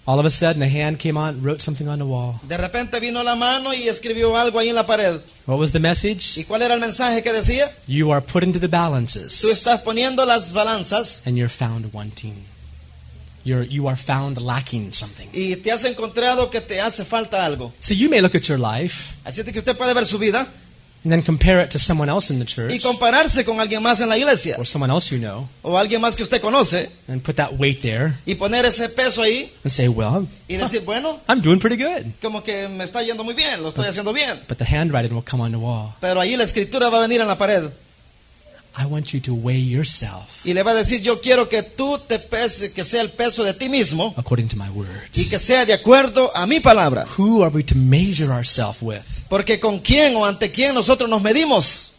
Speaker 2: All of a sudden, a hand came on, wrote something on the wall.
Speaker 3: De repente vino la mano y escribió algo ahí en la pared.
Speaker 2: What was the message?
Speaker 3: ¿Y cuál era el mensaje que decía?
Speaker 2: You are put into the
Speaker 3: Tú
Speaker 2: balances,
Speaker 3: estás poniendo las balanzas
Speaker 2: and you're found wanting. You're, you are found lacking something.
Speaker 3: y te has encontrado que te hace falta algo.
Speaker 2: So you may look at your life
Speaker 3: Así es que usted puede ver su vida
Speaker 2: and then compare it to someone else in the
Speaker 3: y
Speaker 2: church
Speaker 3: compararse con alguien más en la iglesia
Speaker 2: or someone else you know
Speaker 3: o alguien más que usted conoce
Speaker 2: and put that weight there
Speaker 3: y poner ese peso ahí
Speaker 2: and say, well,
Speaker 3: y decir, bueno,
Speaker 2: I'm doing pretty good.
Speaker 3: como que me está yendo muy bien, lo estoy haciendo bien.
Speaker 2: But the handwriting will come on the wall.
Speaker 3: Pero ahí la escritura va a venir en la pared
Speaker 2: I want you to weigh yourself
Speaker 3: y le va a decir, yo quiero que tú te pese, que sea el peso de ti mismo
Speaker 2: according to my word.
Speaker 3: y que sea de acuerdo a mi palabra.
Speaker 2: Who are we to measure ourselves with?
Speaker 3: Porque con quién o ante quién nosotros nos medimos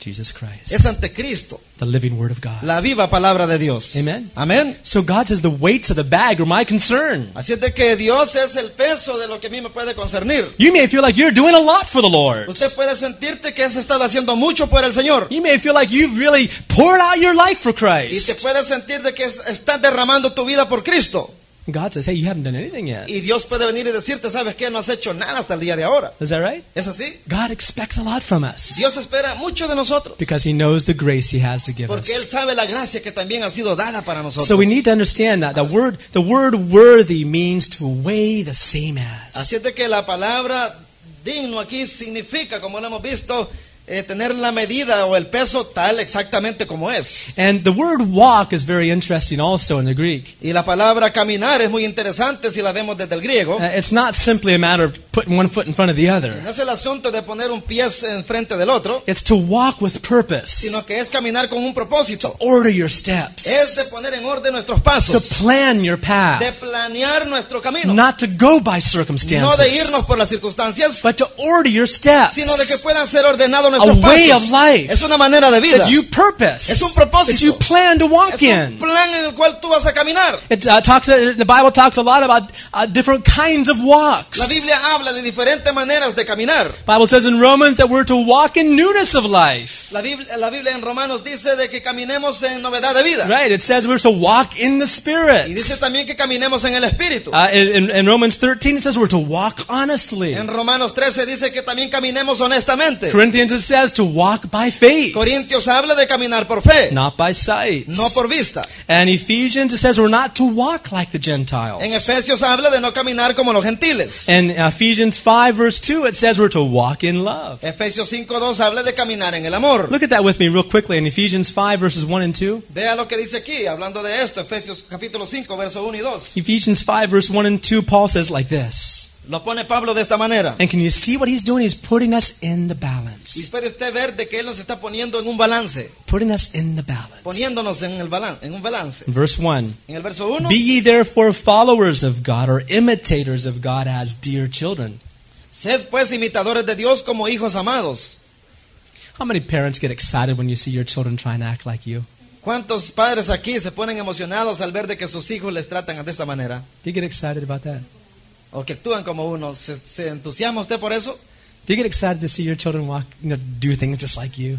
Speaker 2: Jesus Christ,
Speaker 3: es ante Cristo,
Speaker 2: the living word of God.
Speaker 3: la viva palabra de Dios.
Speaker 2: Amen.
Speaker 3: Amén.
Speaker 2: So God says the weights of the bag are my concern.
Speaker 3: Así es de que Dios es el peso de lo que a mí me puede concernir.
Speaker 2: You may feel like you're doing a lot for the Lord.
Speaker 3: Usted puede sentirte que has estado haciendo mucho por el Señor.
Speaker 2: You may feel like you've really poured out your life for
Speaker 3: Y te
Speaker 2: Christ.
Speaker 3: puedes sentir de que es- estás derramando tu vida por Cristo.
Speaker 2: God says, hey, you haven't done anything yet.
Speaker 3: Y Dios puede venir y decirte, ¿sabes qué? No has hecho nada hasta el día de ahora.
Speaker 2: Is that right?
Speaker 3: ¿Es así?
Speaker 2: God expects a lot from us
Speaker 3: Dios espera mucho de nosotros.
Speaker 2: because He knows the grace He has to give
Speaker 3: Porque Él
Speaker 2: us.
Speaker 3: sabe la gracia que también ha sido dada para nosotros.
Speaker 2: So we need to understand that the word, the word worthy means to weigh the same as.
Speaker 3: Así es de que la palabra digno aquí significa, como lo hemos visto, eh, tener la medida o el peso tal exactamente como es.
Speaker 2: And the word walk is very interesting also in the Greek.
Speaker 3: Y la palabra caminar es muy interesante si la vemos desde el griego.
Speaker 2: Uh, It's not simply a matter of putting one foot in front of the other.
Speaker 3: No es el asunto de poner un pie enfrente del otro,
Speaker 2: It's to walk with purpose,
Speaker 3: sino que es caminar con un propósito.
Speaker 2: order your
Speaker 3: Es de
Speaker 2: steps,
Speaker 3: poner en orden nuestros
Speaker 2: to
Speaker 3: pasos,
Speaker 2: plan your
Speaker 3: de
Speaker 2: path,
Speaker 3: planear nuestro camino,
Speaker 2: not to go by
Speaker 3: no de
Speaker 2: circumstances,
Speaker 3: irnos por las circunstancias,
Speaker 2: but to order your steps.
Speaker 3: sino de que puedan ser ordenados nuestros
Speaker 2: A way
Speaker 3: pasos.
Speaker 2: of life.
Speaker 3: Es una manera de vida.
Speaker 2: That you purpose,
Speaker 3: Es un propósito.
Speaker 2: that you plan to walk
Speaker 3: Es un
Speaker 2: in.
Speaker 3: plan en el cual tú vas a caminar.
Speaker 2: It uh, talks. uh, the Bible talks a lot about uh, different kinds of walks.
Speaker 3: La Biblia habla de diferentes maneras de caminar.
Speaker 2: Bible says in Romans that we're to walk in newness of life.
Speaker 3: La Biblia, la Biblia en Romanos dice de que caminemos en novedad de vida.
Speaker 2: Right? It says we're to walk in the
Speaker 3: Y
Speaker 2: Spirit.
Speaker 3: dice también que caminemos en el Espíritu.
Speaker 2: Uh, in, in- in Romans 13, it says we're to walk honestly.
Speaker 3: En Romanos 13 dice que también caminemos honestamente.
Speaker 2: Corinthians, it says to walk by faith,
Speaker 3: Corintios habla de caminar por fe,
Speaker 2: not by sight.
Speaker 3: no por vista.
Speaker 2: And Ephesians, it says we're not to walk like the Gentiles.
Speaker 3: En Efesios habla de no caminar como los gentiles.
Speaker 2: And Ephesians 5, verse 2, it says we're to walk in love.
Speaker 3: Efesios 5.2 habla de caminar en el amor.
Speaker 2: Look at that with me real quickly in Ephesians 5, verses 1 and 2.
Speaker 3: Vea lo que dice aquí, hablando de esto, Efesios capítulo 5, versos 1 y 2.
Speaker 2: Ephesians 5, verse 1 and 2, Paul says like this
Speaker 3: Lo pone Pablo de esta manera.
Speaker 2: And can you see what he's doing? He's putting us in the
Speaker 3: Y
Speaker 2: balance.
Speaker 3: puede usted ver de que él nos está poniendo en un balance,
Speaker 2: Putting us in the balance.
Speaker 3: poniéndonos en el balance, en un balance.
Speaker 2: Verse 1
Speaker 3: En el verso 1,
Speaker 2: Be ye therefore followers of God or imitators of God as dear children.
Speaker 3: sed pues imitadores de Dios como hijos amados.
Speaker 2: How many parents get excited when you see your children try and act like you?
Speaker 3: ¿Cuántos padres aquí se ponen emocionados al ver de que sus hijos les tratan de esta manera?
Speaker 2: Do you get excited about that?
Speaker 3: O que actúan como uno. ¿Se, se entusiasma usted por eso?
Speaker 2: Do you get excited to see your children walk, you know, do things just like you?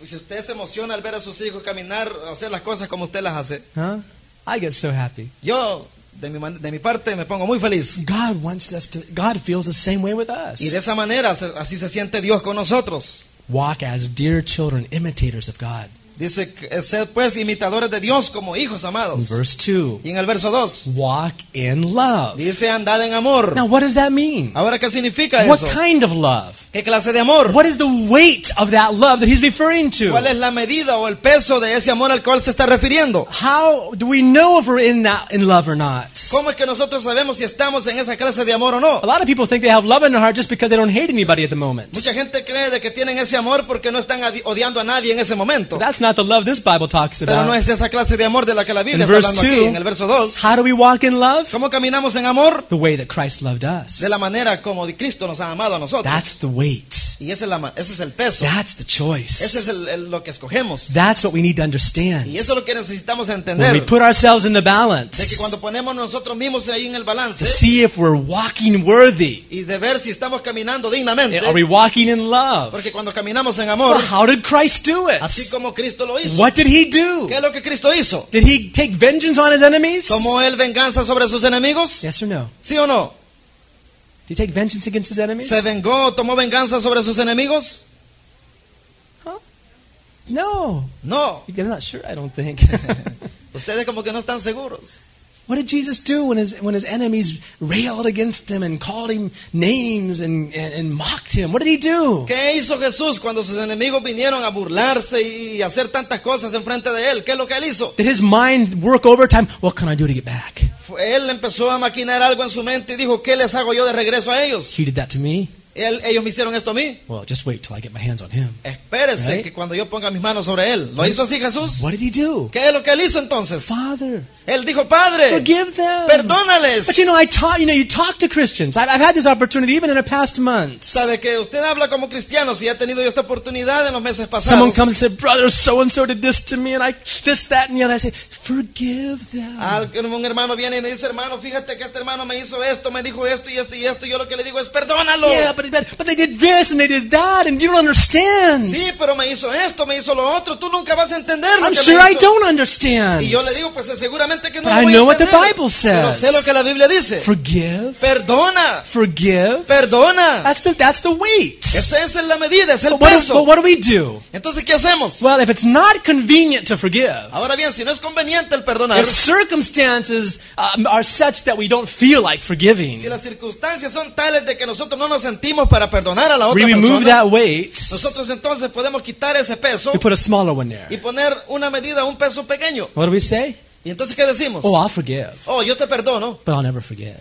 Speaker 3: Y si usted se emociona al ver a sus hijos caminar, hacer las cosas como usted las hace,
Speaker 2: Huh? I get so happy.
Speaker 3: yo, de mi, man- de mi parte, me pongo muy feliz.
Speaker 2: God wants us to, God feels the same way with
Speaker 3: Y de
Speaker 2: us.
Speaker 3: esa manera, se- así se siente Dios con nosotros.
Speaker 2: Walk as dear children, imitators of God.
Speaker 3: Dice, que, sed pues imitadores de Dios como hijos
Speaker 2: In
Speaker 3: amados.
Speaker 2: verse 2,
Speaker 3: Y en el verso 2,
Speaker 2: walk in love.
Speaker 3: dice, andad en amor.
Speaker 2: Now, what does that mean?
Speaker 3: Ahora, ¿qué significa
Speaker 2: What
Speaker 3: eso?
Speaker 2: kind of love?
Speaker 3: ¿Qué clase de amor?
Speaker 2: What is the weight of that love that he's referring
Speaker 3: ¿Cuál
Speaker 2: to?
Speaker 3: es la medida o el peso de ese amor al cual se está refiriendo?
Speaker 2: How do we know if we're in, that, in love or not?
Speaker 3: ¿Cómo es que nosotros sabemos si estamos en esa clase de amor o
Speaker 2: A
Speaker 3: no?
Speaker 2: lot of people think they have love in their heart just because they don't hate anybody at the moment.
Speaker 3: Mucha gente cree de que tienen ese amor porque no están adi- odiando a nadie en ese momento.
Speaker 2: But that's not the love this Bible talks
Speaker 3: Pero no
Speaker 2: about.
Speaker 3: es esa clase de amor de la que la Biblia
Speaker 2: In
Speaker 3: está
Speaker 2: verse
Speaker 3: hablando aquí,
Speaker 2: two,
Speaker 3: en el verso 2.
Speaker 2: How do we walk in love?
Speaker 3: ¿Cómo caminamos en amor?
Speaker 2: The way that Christ loved us.
Speaker 3: De la manera como Cristo nos ha amado a nosotros.
Speaker 2: That's the weight.
Speaker 3: Y ese es, la ma- ese es el peso.
Speaker 2: That's the
Speaker 3: Ese es
Speaker 2: choice.
Speaker 3: el- el- lo que escogemos.
Speaker 2: That's what we need to
Speaker 3: Y
Speaker 2: understand.
Speaker 3: eso es lo que necesitamos
Speaker 2: When we
Speaker 3: entender.
Speaker 2: put ourselves in the
Speaker 3: De que
Speaker 2: balance
Speaker 3: cuando ponemos nosotros mismos ahí en el
Speaker 2: to
Speaker 3: balance
Speaker 2: see if we're walking worthy.
Speaker 3: y de ver si estamos caminando dignamente.
Speaker 2: Are we walking in love?
Speaker 3: Porque cuando caminamos en
Speaker 2: Well,
Speaker 3: amor,
Speaker 2: how did Christ do it?
Speaker 3: así como Cristo lo hizo.
Speaker 2: What did he do?
Speaker 3: ¿Qué es lo que Cristo hizo?
Speaker 2: Did he take vengeance on his enemies?
Speaker 3: ¿Tomó él venganza sobre sus enemigos?
Speaker 2: Yes or no?
Speaker 3: ¿Sí o no?
Speaker 2: Did he take vengeance against his enemies?
Speaker 3: ¿Se vengó, tomó venganza sobre sus enemigos?
Speaker 2: No.
Speaker 3: No.
Speaker 2: You're not sure, I don't
Speaker 3: [LAUGHS]
Speaker 2: think.
Speaker 3: Ustedes como que no están seguros.
Speaker 2: What did Jesus do when his, when his enemies railed against him and called him names and, and, and mocked him? What did he do?
Speaker 3: ¿Qué hizo Jesús cuando sus enemigos vinieron a burlarse y hacer tantas cosas enfrente de él? ¿Qué es lo que él hizo?
Speaker 2: Did his mind work overtime? What can I do to get back?
Speaker 3: Fue- Él empezó a maquinar algo en su mente y dijo, ¿qué les hago yo de regreso a ellos?
Speaker 2: He did that to me.
Speaker 3: Él- ellos me hicieron esto a mí.
Speaker 2: Well, just wait till I get my hands on him.
Speaker 3: Espérese
Speaker 2: Right.
Speaker 3: que cuando yo ponga mis manos sobre él. ¿Lo hizo así Jesús?
Speaker 2: What did he do?
Speaker 3: ¿Qué es lo que él hizo entonces?
Speaker 2: Father,
Speaker 3: Él dijo, Padre,
Speaker 2: forgive them.
Speaker 3: perdónales.
Speaker 2: But you know, I taught, you know, you talk to Christians. I've, I've had this opportunity even in the past months.
Speaker 3: Sabe que usted habla como cristiano si ha tenido yo esta oportunidad en los meses
Speaker 2: Someone
Speaker 3: pasados.
Speaker 2: comes and said, brother, so-and-so did this to me and I, this, that, and the other. I say, forgive them.
Speaker 3: Al- Un hermano viene y me dice, hermano, fíjate que este hermano me hizo esto, me dijo esto y esto y esto. Y yo lo que le digo es, perdónalo.
Speaker 2: Yeah, but, but, but they did this and they did that, and you don't understand.
Speaker 3: Sí, pero me hizo esto, me hizo lo otro. Tú nunca vas a entender lo
Speaker 2: I'm
Speaker 3: que
Speaker 2: sure
Speaker 3: me
Speaker 2: I
Speaker 3: hizo.
Speaker 2: don't understand.
Speaker 3: Y yo le digo, pues seguramente que no
Speaker 2: But
Speaker 3: lo
Speaker 2: I
Speaker 3: voy a
Speaker 2: know what the
Speaker 3: entender.
Speaker 2: Bible says.
Speaker 3: Pero sé lo que la Biblia dice.
Speaker 2: Forgive,
Speaker 3: Perdona,
Speaker 2: forgive.
Speaker 3: perdona.
Speaker 2: That's the that's the weight.
Speaker 3: Esa esa es la medida, es el
Speaker 2: But what, do-
Speaker 3: peso.
Speaker 2: but what do we do?
Speaker 3: Entonces, ¿qué hacemos?
Speaker 2: Well, if it's not convenient to forgive,
Speaker 3: Ahora bien, si no es conveniente el perdonar,
Speaker 2: if
Speaker 3: si
Speaker 2: circumstances um, are such that we don't feel like forgiving,
Speaker 3: las circunstancias son tales de que nosotros no nos sentimos para perdonar a la
Speaker 2: we
Speaker 3: otra
Speaker 2: remove
Speaker 3: persona,
Speaker 2: that weight.
Speaker 3: nosotros entonces podemos quitar ese peso
Speaker 2: We put a smaller one there.
Speaker 3: y poner una medida, un peso pequeño.
Speaker 2: What do we say?
Speaker 3: ¿Y entonces qué decimos?
Speaker 2: Oh, I'll forgive,
Speaker 3: Oh, yo te perdono,
Speaker 2: but I'll never forget.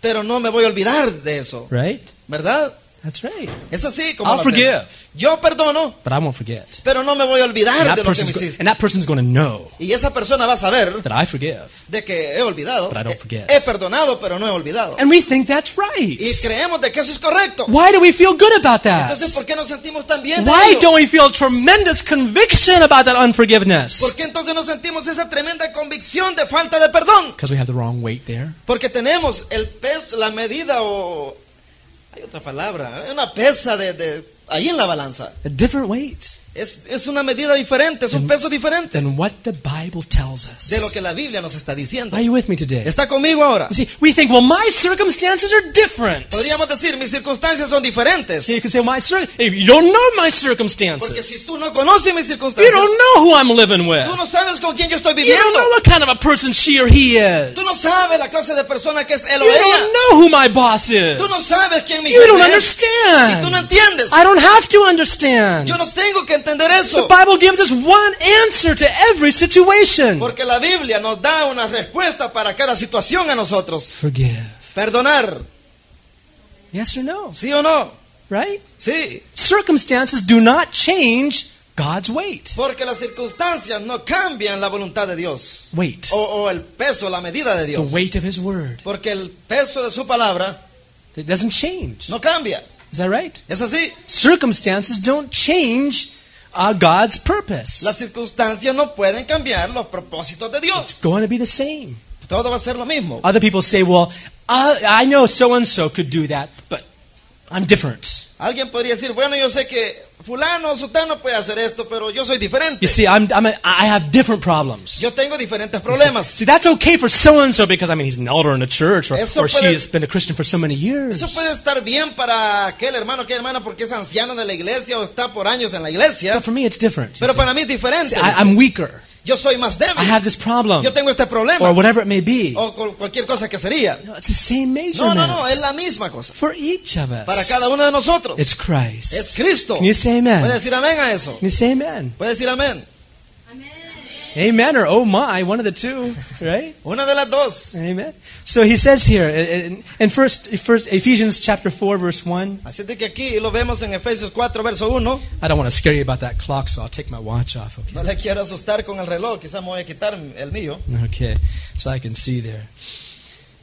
Speaker 3: pero no me voy a olvidar de eso,
Speaker 2: Right?
Speaker 3: ¿verdad?
Speaker 2: That's right.
Speaker 3: Es así como
Speaker 2: I'll
Speaker 3: lo hacemos.
Speaker 2: forgive,
Speaker 3: Yo perdono,
Speaker 2: but I won't forget.
Speaker 3: pero no me voy a
Speaker 2: And
Speaker 3: olvidar de
Speaker 2: that,
Speaker 3: lo que me
Speaker 2: person's go-
Speaker 3: hiciste.
Speaker 2: and that person's going to know
Speaker 3: Y esa persona va a saber
Speaker 2: that I forgive.
Speaker 3: de que he olvidado.
Speaker 2: But I don't
Speaker 3: He-
Speaker 2: forget.
Speaker 3: He perdonado, pero no he olvidado.
Speaker 2: And we think that's right.
Speaker 3: Oh. Y creemos de que eso es correcto.
Speaker 2: Why do we feel good about that?
Speaker 3: Entonces, ¿por qué nos sentimos tan bien? de
Speaker 2: Why
Speaker 3: ello?
Speaker 2: don't we feel tremendous conviction about that
Speaker 3: ¿Por
Speaker 2: unforgiveness?
Speaker 3: qué entonces no sentimos esa tremenda convicción de falta de perdón?
Speaker 2: Because we have the wrong weight there.
Speaker 3: Porque tenemos el peso, la medida o... Hay otra palabra, ¿eh? una pesa de, de- ahí en la balanza.
Speaker 2: A different weight
Speaker 3: Es, es una medida diferente, es un peso diferente
Speaker 2: than what the Bible tells
Speaker 3: de lo
Speaker 2: us.
Speaker 3: que la Biblia nos está diciendo.
Speaker 2: Are you with me today?
Speaker 3: Está conmigo ahora.
Speaker 2: You see, we think, well, my circumstances are different.
Speaker 3: Podríamos decir, mis circunstancias son diferentes.
Speaker 2: See, you can say, my cir- if you don't know my
Speaker 3: Porque si
Speaker 2: circumstances,
Speaker 3: tú no conoces mis
Speaker 2: you
Speaker 3: circunstancias,
Speaker 2: don't know who I'm living
Speaker 3: tú
Speaker 2: with,
Speaker 3: no sabes con quién yo estoy
Speaker 2: you don't
Speaker 3: viviendo.
Speaker 2: know what kind of a person she or he is.
Speaker 3: Tú no sabes la clase de persona que es él o
Speaker 2: You
Speaker 3: ella.
Speaker 2: don't know who my boss is.
Speaker 3: Tú no sabes quién mi
Speaker 2: You don't
Speaker 3: jefe es. Y tú no
Speaker 2: understand.
Speaker 3: entiendes.
Speaker 2: I don't have to understand.
Speaker 3: Yo no tengo que entender
Speaker 2: The
Speaker 3: eso.
Speaker 2: Bible gives us one answer to every situation.
Speaker 3: Porque la Biblia nos da una respuesta para cada situación a nosotros.
Speaker 2: Forgive.
Speaker 3: Perdonar.
Speaker 2: Yes or no?
Speaker 3: ¿Sí o no?
Speaker 2: Right?
Speaker 3: Sí.
Speaker 2: Circumstances do not change God's weight.
Speaker 3: Porque las circunstancias no cambian la voluntad de Dios.
Speaker 2: Weight.
Speaker 3: O, o el peso, la medida de
Speaker 2: The
Speaker 3: Oh, Dios.
Speaker 2: weight of His Word.
Speaker 3: Porque el peso de su palabra
Speaker 2: It doesn't change.
Speaker 3: no cambia.
Speaker 2: Is that right?
Speaker 3: Es así.
Speaker 2: Circumstances don't change uh, God's purpose.
Speaker 3: Las circunstancias no pueden cambiar los propósitos de Dios.
Speaker 2: It's going to be the same.
Speaker 3: Todo va a ser lo mismo.
Speaker 2: Other people say, well, uh, I know so and so could do that, but I'm different.
Speaker 3: Alguien podría decir, bueno, yo sé que fulano o sutano puede hacer esto, pero yo soy diferente.
Speaker 2: You see, I'm, I'm a, I have different problems.
Speaker 3: Yo tengo diferentes problemas.
Speaker 2: See, that's okay for so and so because, I mean, he's an elder in the church or,
Speaker 3: Eso
Speaker 2: or she
Speaker 3: puede-
Speaker 2: has been a Christian for so many years.
Speaker 3: Eso puede estar bien para aquel hermano, aquella hermana, porque es anciano de la iglesia o está por años en la iglesia.
Speaker 2: But for me, it's different. you
Speaker 3: Pero
Speaker 2: see.
Speaker 3: para mí es diferente.
Speaker 2: I, I'm weaker.
Speaker 3: Yo soy más
Speaker 2: I
Speaker 3: débil.
Speaker 2: have this problem.
Speaker 3: Yo tengo este
Speaker 2: Or
Speaker 3: problema.
Speaker 2: whatever it may be.
Speaker 3: O cu- cualquier cosa que sería.
Speaker 2: No, it's the same
Speaker 3: No,
Speaker 2: measurement.
Speaker 3: no, no, es la misma cosa.
Speaker 2: For each of us.
Speaker 3: Para cada uno de nosotros.
Speaker 2: It's Christ.
Speaker 3: Es Cristo.
Speaker 2: Can you say amen?
Speaker 3: Puede decir amén a eso.
Speaker 2: Can you say amen?
Speaker 3: Puede decir amén.
Speaker 2: Amen or oh my, one of the two, [LAUGHS] right?
Speaker 3: Una de las dos.
Speaker 2: Amen. So he says here in, in first, first Ephesians chapter four verse one.
Speaker 3: Así de que aquí lo vemos en Efesios 4, verso 1.
Speaker 2: I don't want to scare you about that clock, so I'll take my watch off. Okay.
Speaker 3: No le quiero asustar con el reloj, quizás me voy a quitar el mío.
Speaker 2: Okay, so I can see there.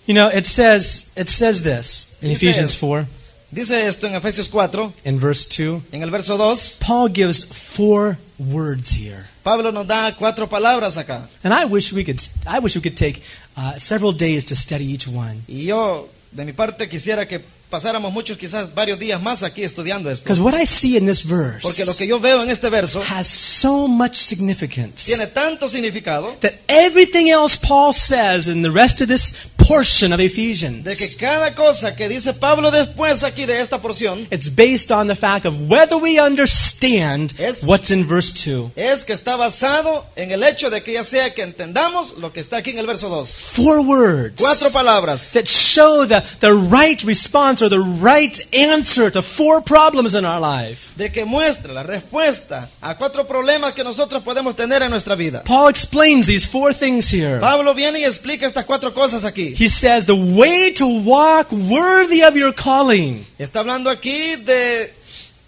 Speaker 2: You know, it says it says this in
Speaker 3: It
Speaker 2: Ephesians
Speaker 3: says-
Speaker 2: four
Speaker 3: Dice esto en Efesios 4,
Speaker 2: in verse two.
Speaker 3: en el verso 2.
Speaker 2: Paul gives four words here,
Speaker 3: Pablo nos da cuatro palabras acá.
Speaker 2: and I wish we could I wish we could take uh, several days to study each one.
Speaker 3: Y yo, de mi parte, quisiera que pasáramos muchos, quizás varios días más aquí estudiando esto.
Speaker 2: Because what I see in this
Speaker 3: Porque lo
Speaker 2: verse
Speaker 3: que yo veo en este verso
Speaker 2: has so much significance
Speaker 3: tiene tanto significado
Speaker 2: that everything else Paul says in the rest of this portion of
Speaker 3: de que
Speaker 2: Ephesians,
Speaker 3: cada cosa que dice Pablo después aquí de esta porción
Speaker 2: it's based on the fact of whether we understand
Speaker 3: Es-
Speaker 2: what's in verse 2.
Speaker 3: es que está basado en el hecho de que ya sea que entendamos lo que está aquí en el verso 2.
Speaker 2: Four words
Speaker 3: Cuatro palabras
Speaker 2: that show the, the right response or the right answer to four problems in our life.
Speaker 3: de que muestra la respuesta a cuatro problemas que nosotros podemos tener en nuestra vida.
Speaker 2: Paul explains these four things here.
Speaker 3: Pablo viene y explica estas cuatro cosas aquí.
Speaker 2: He says the way to walk worthy of your calling.
Speaker 3: Está hablando aquí de,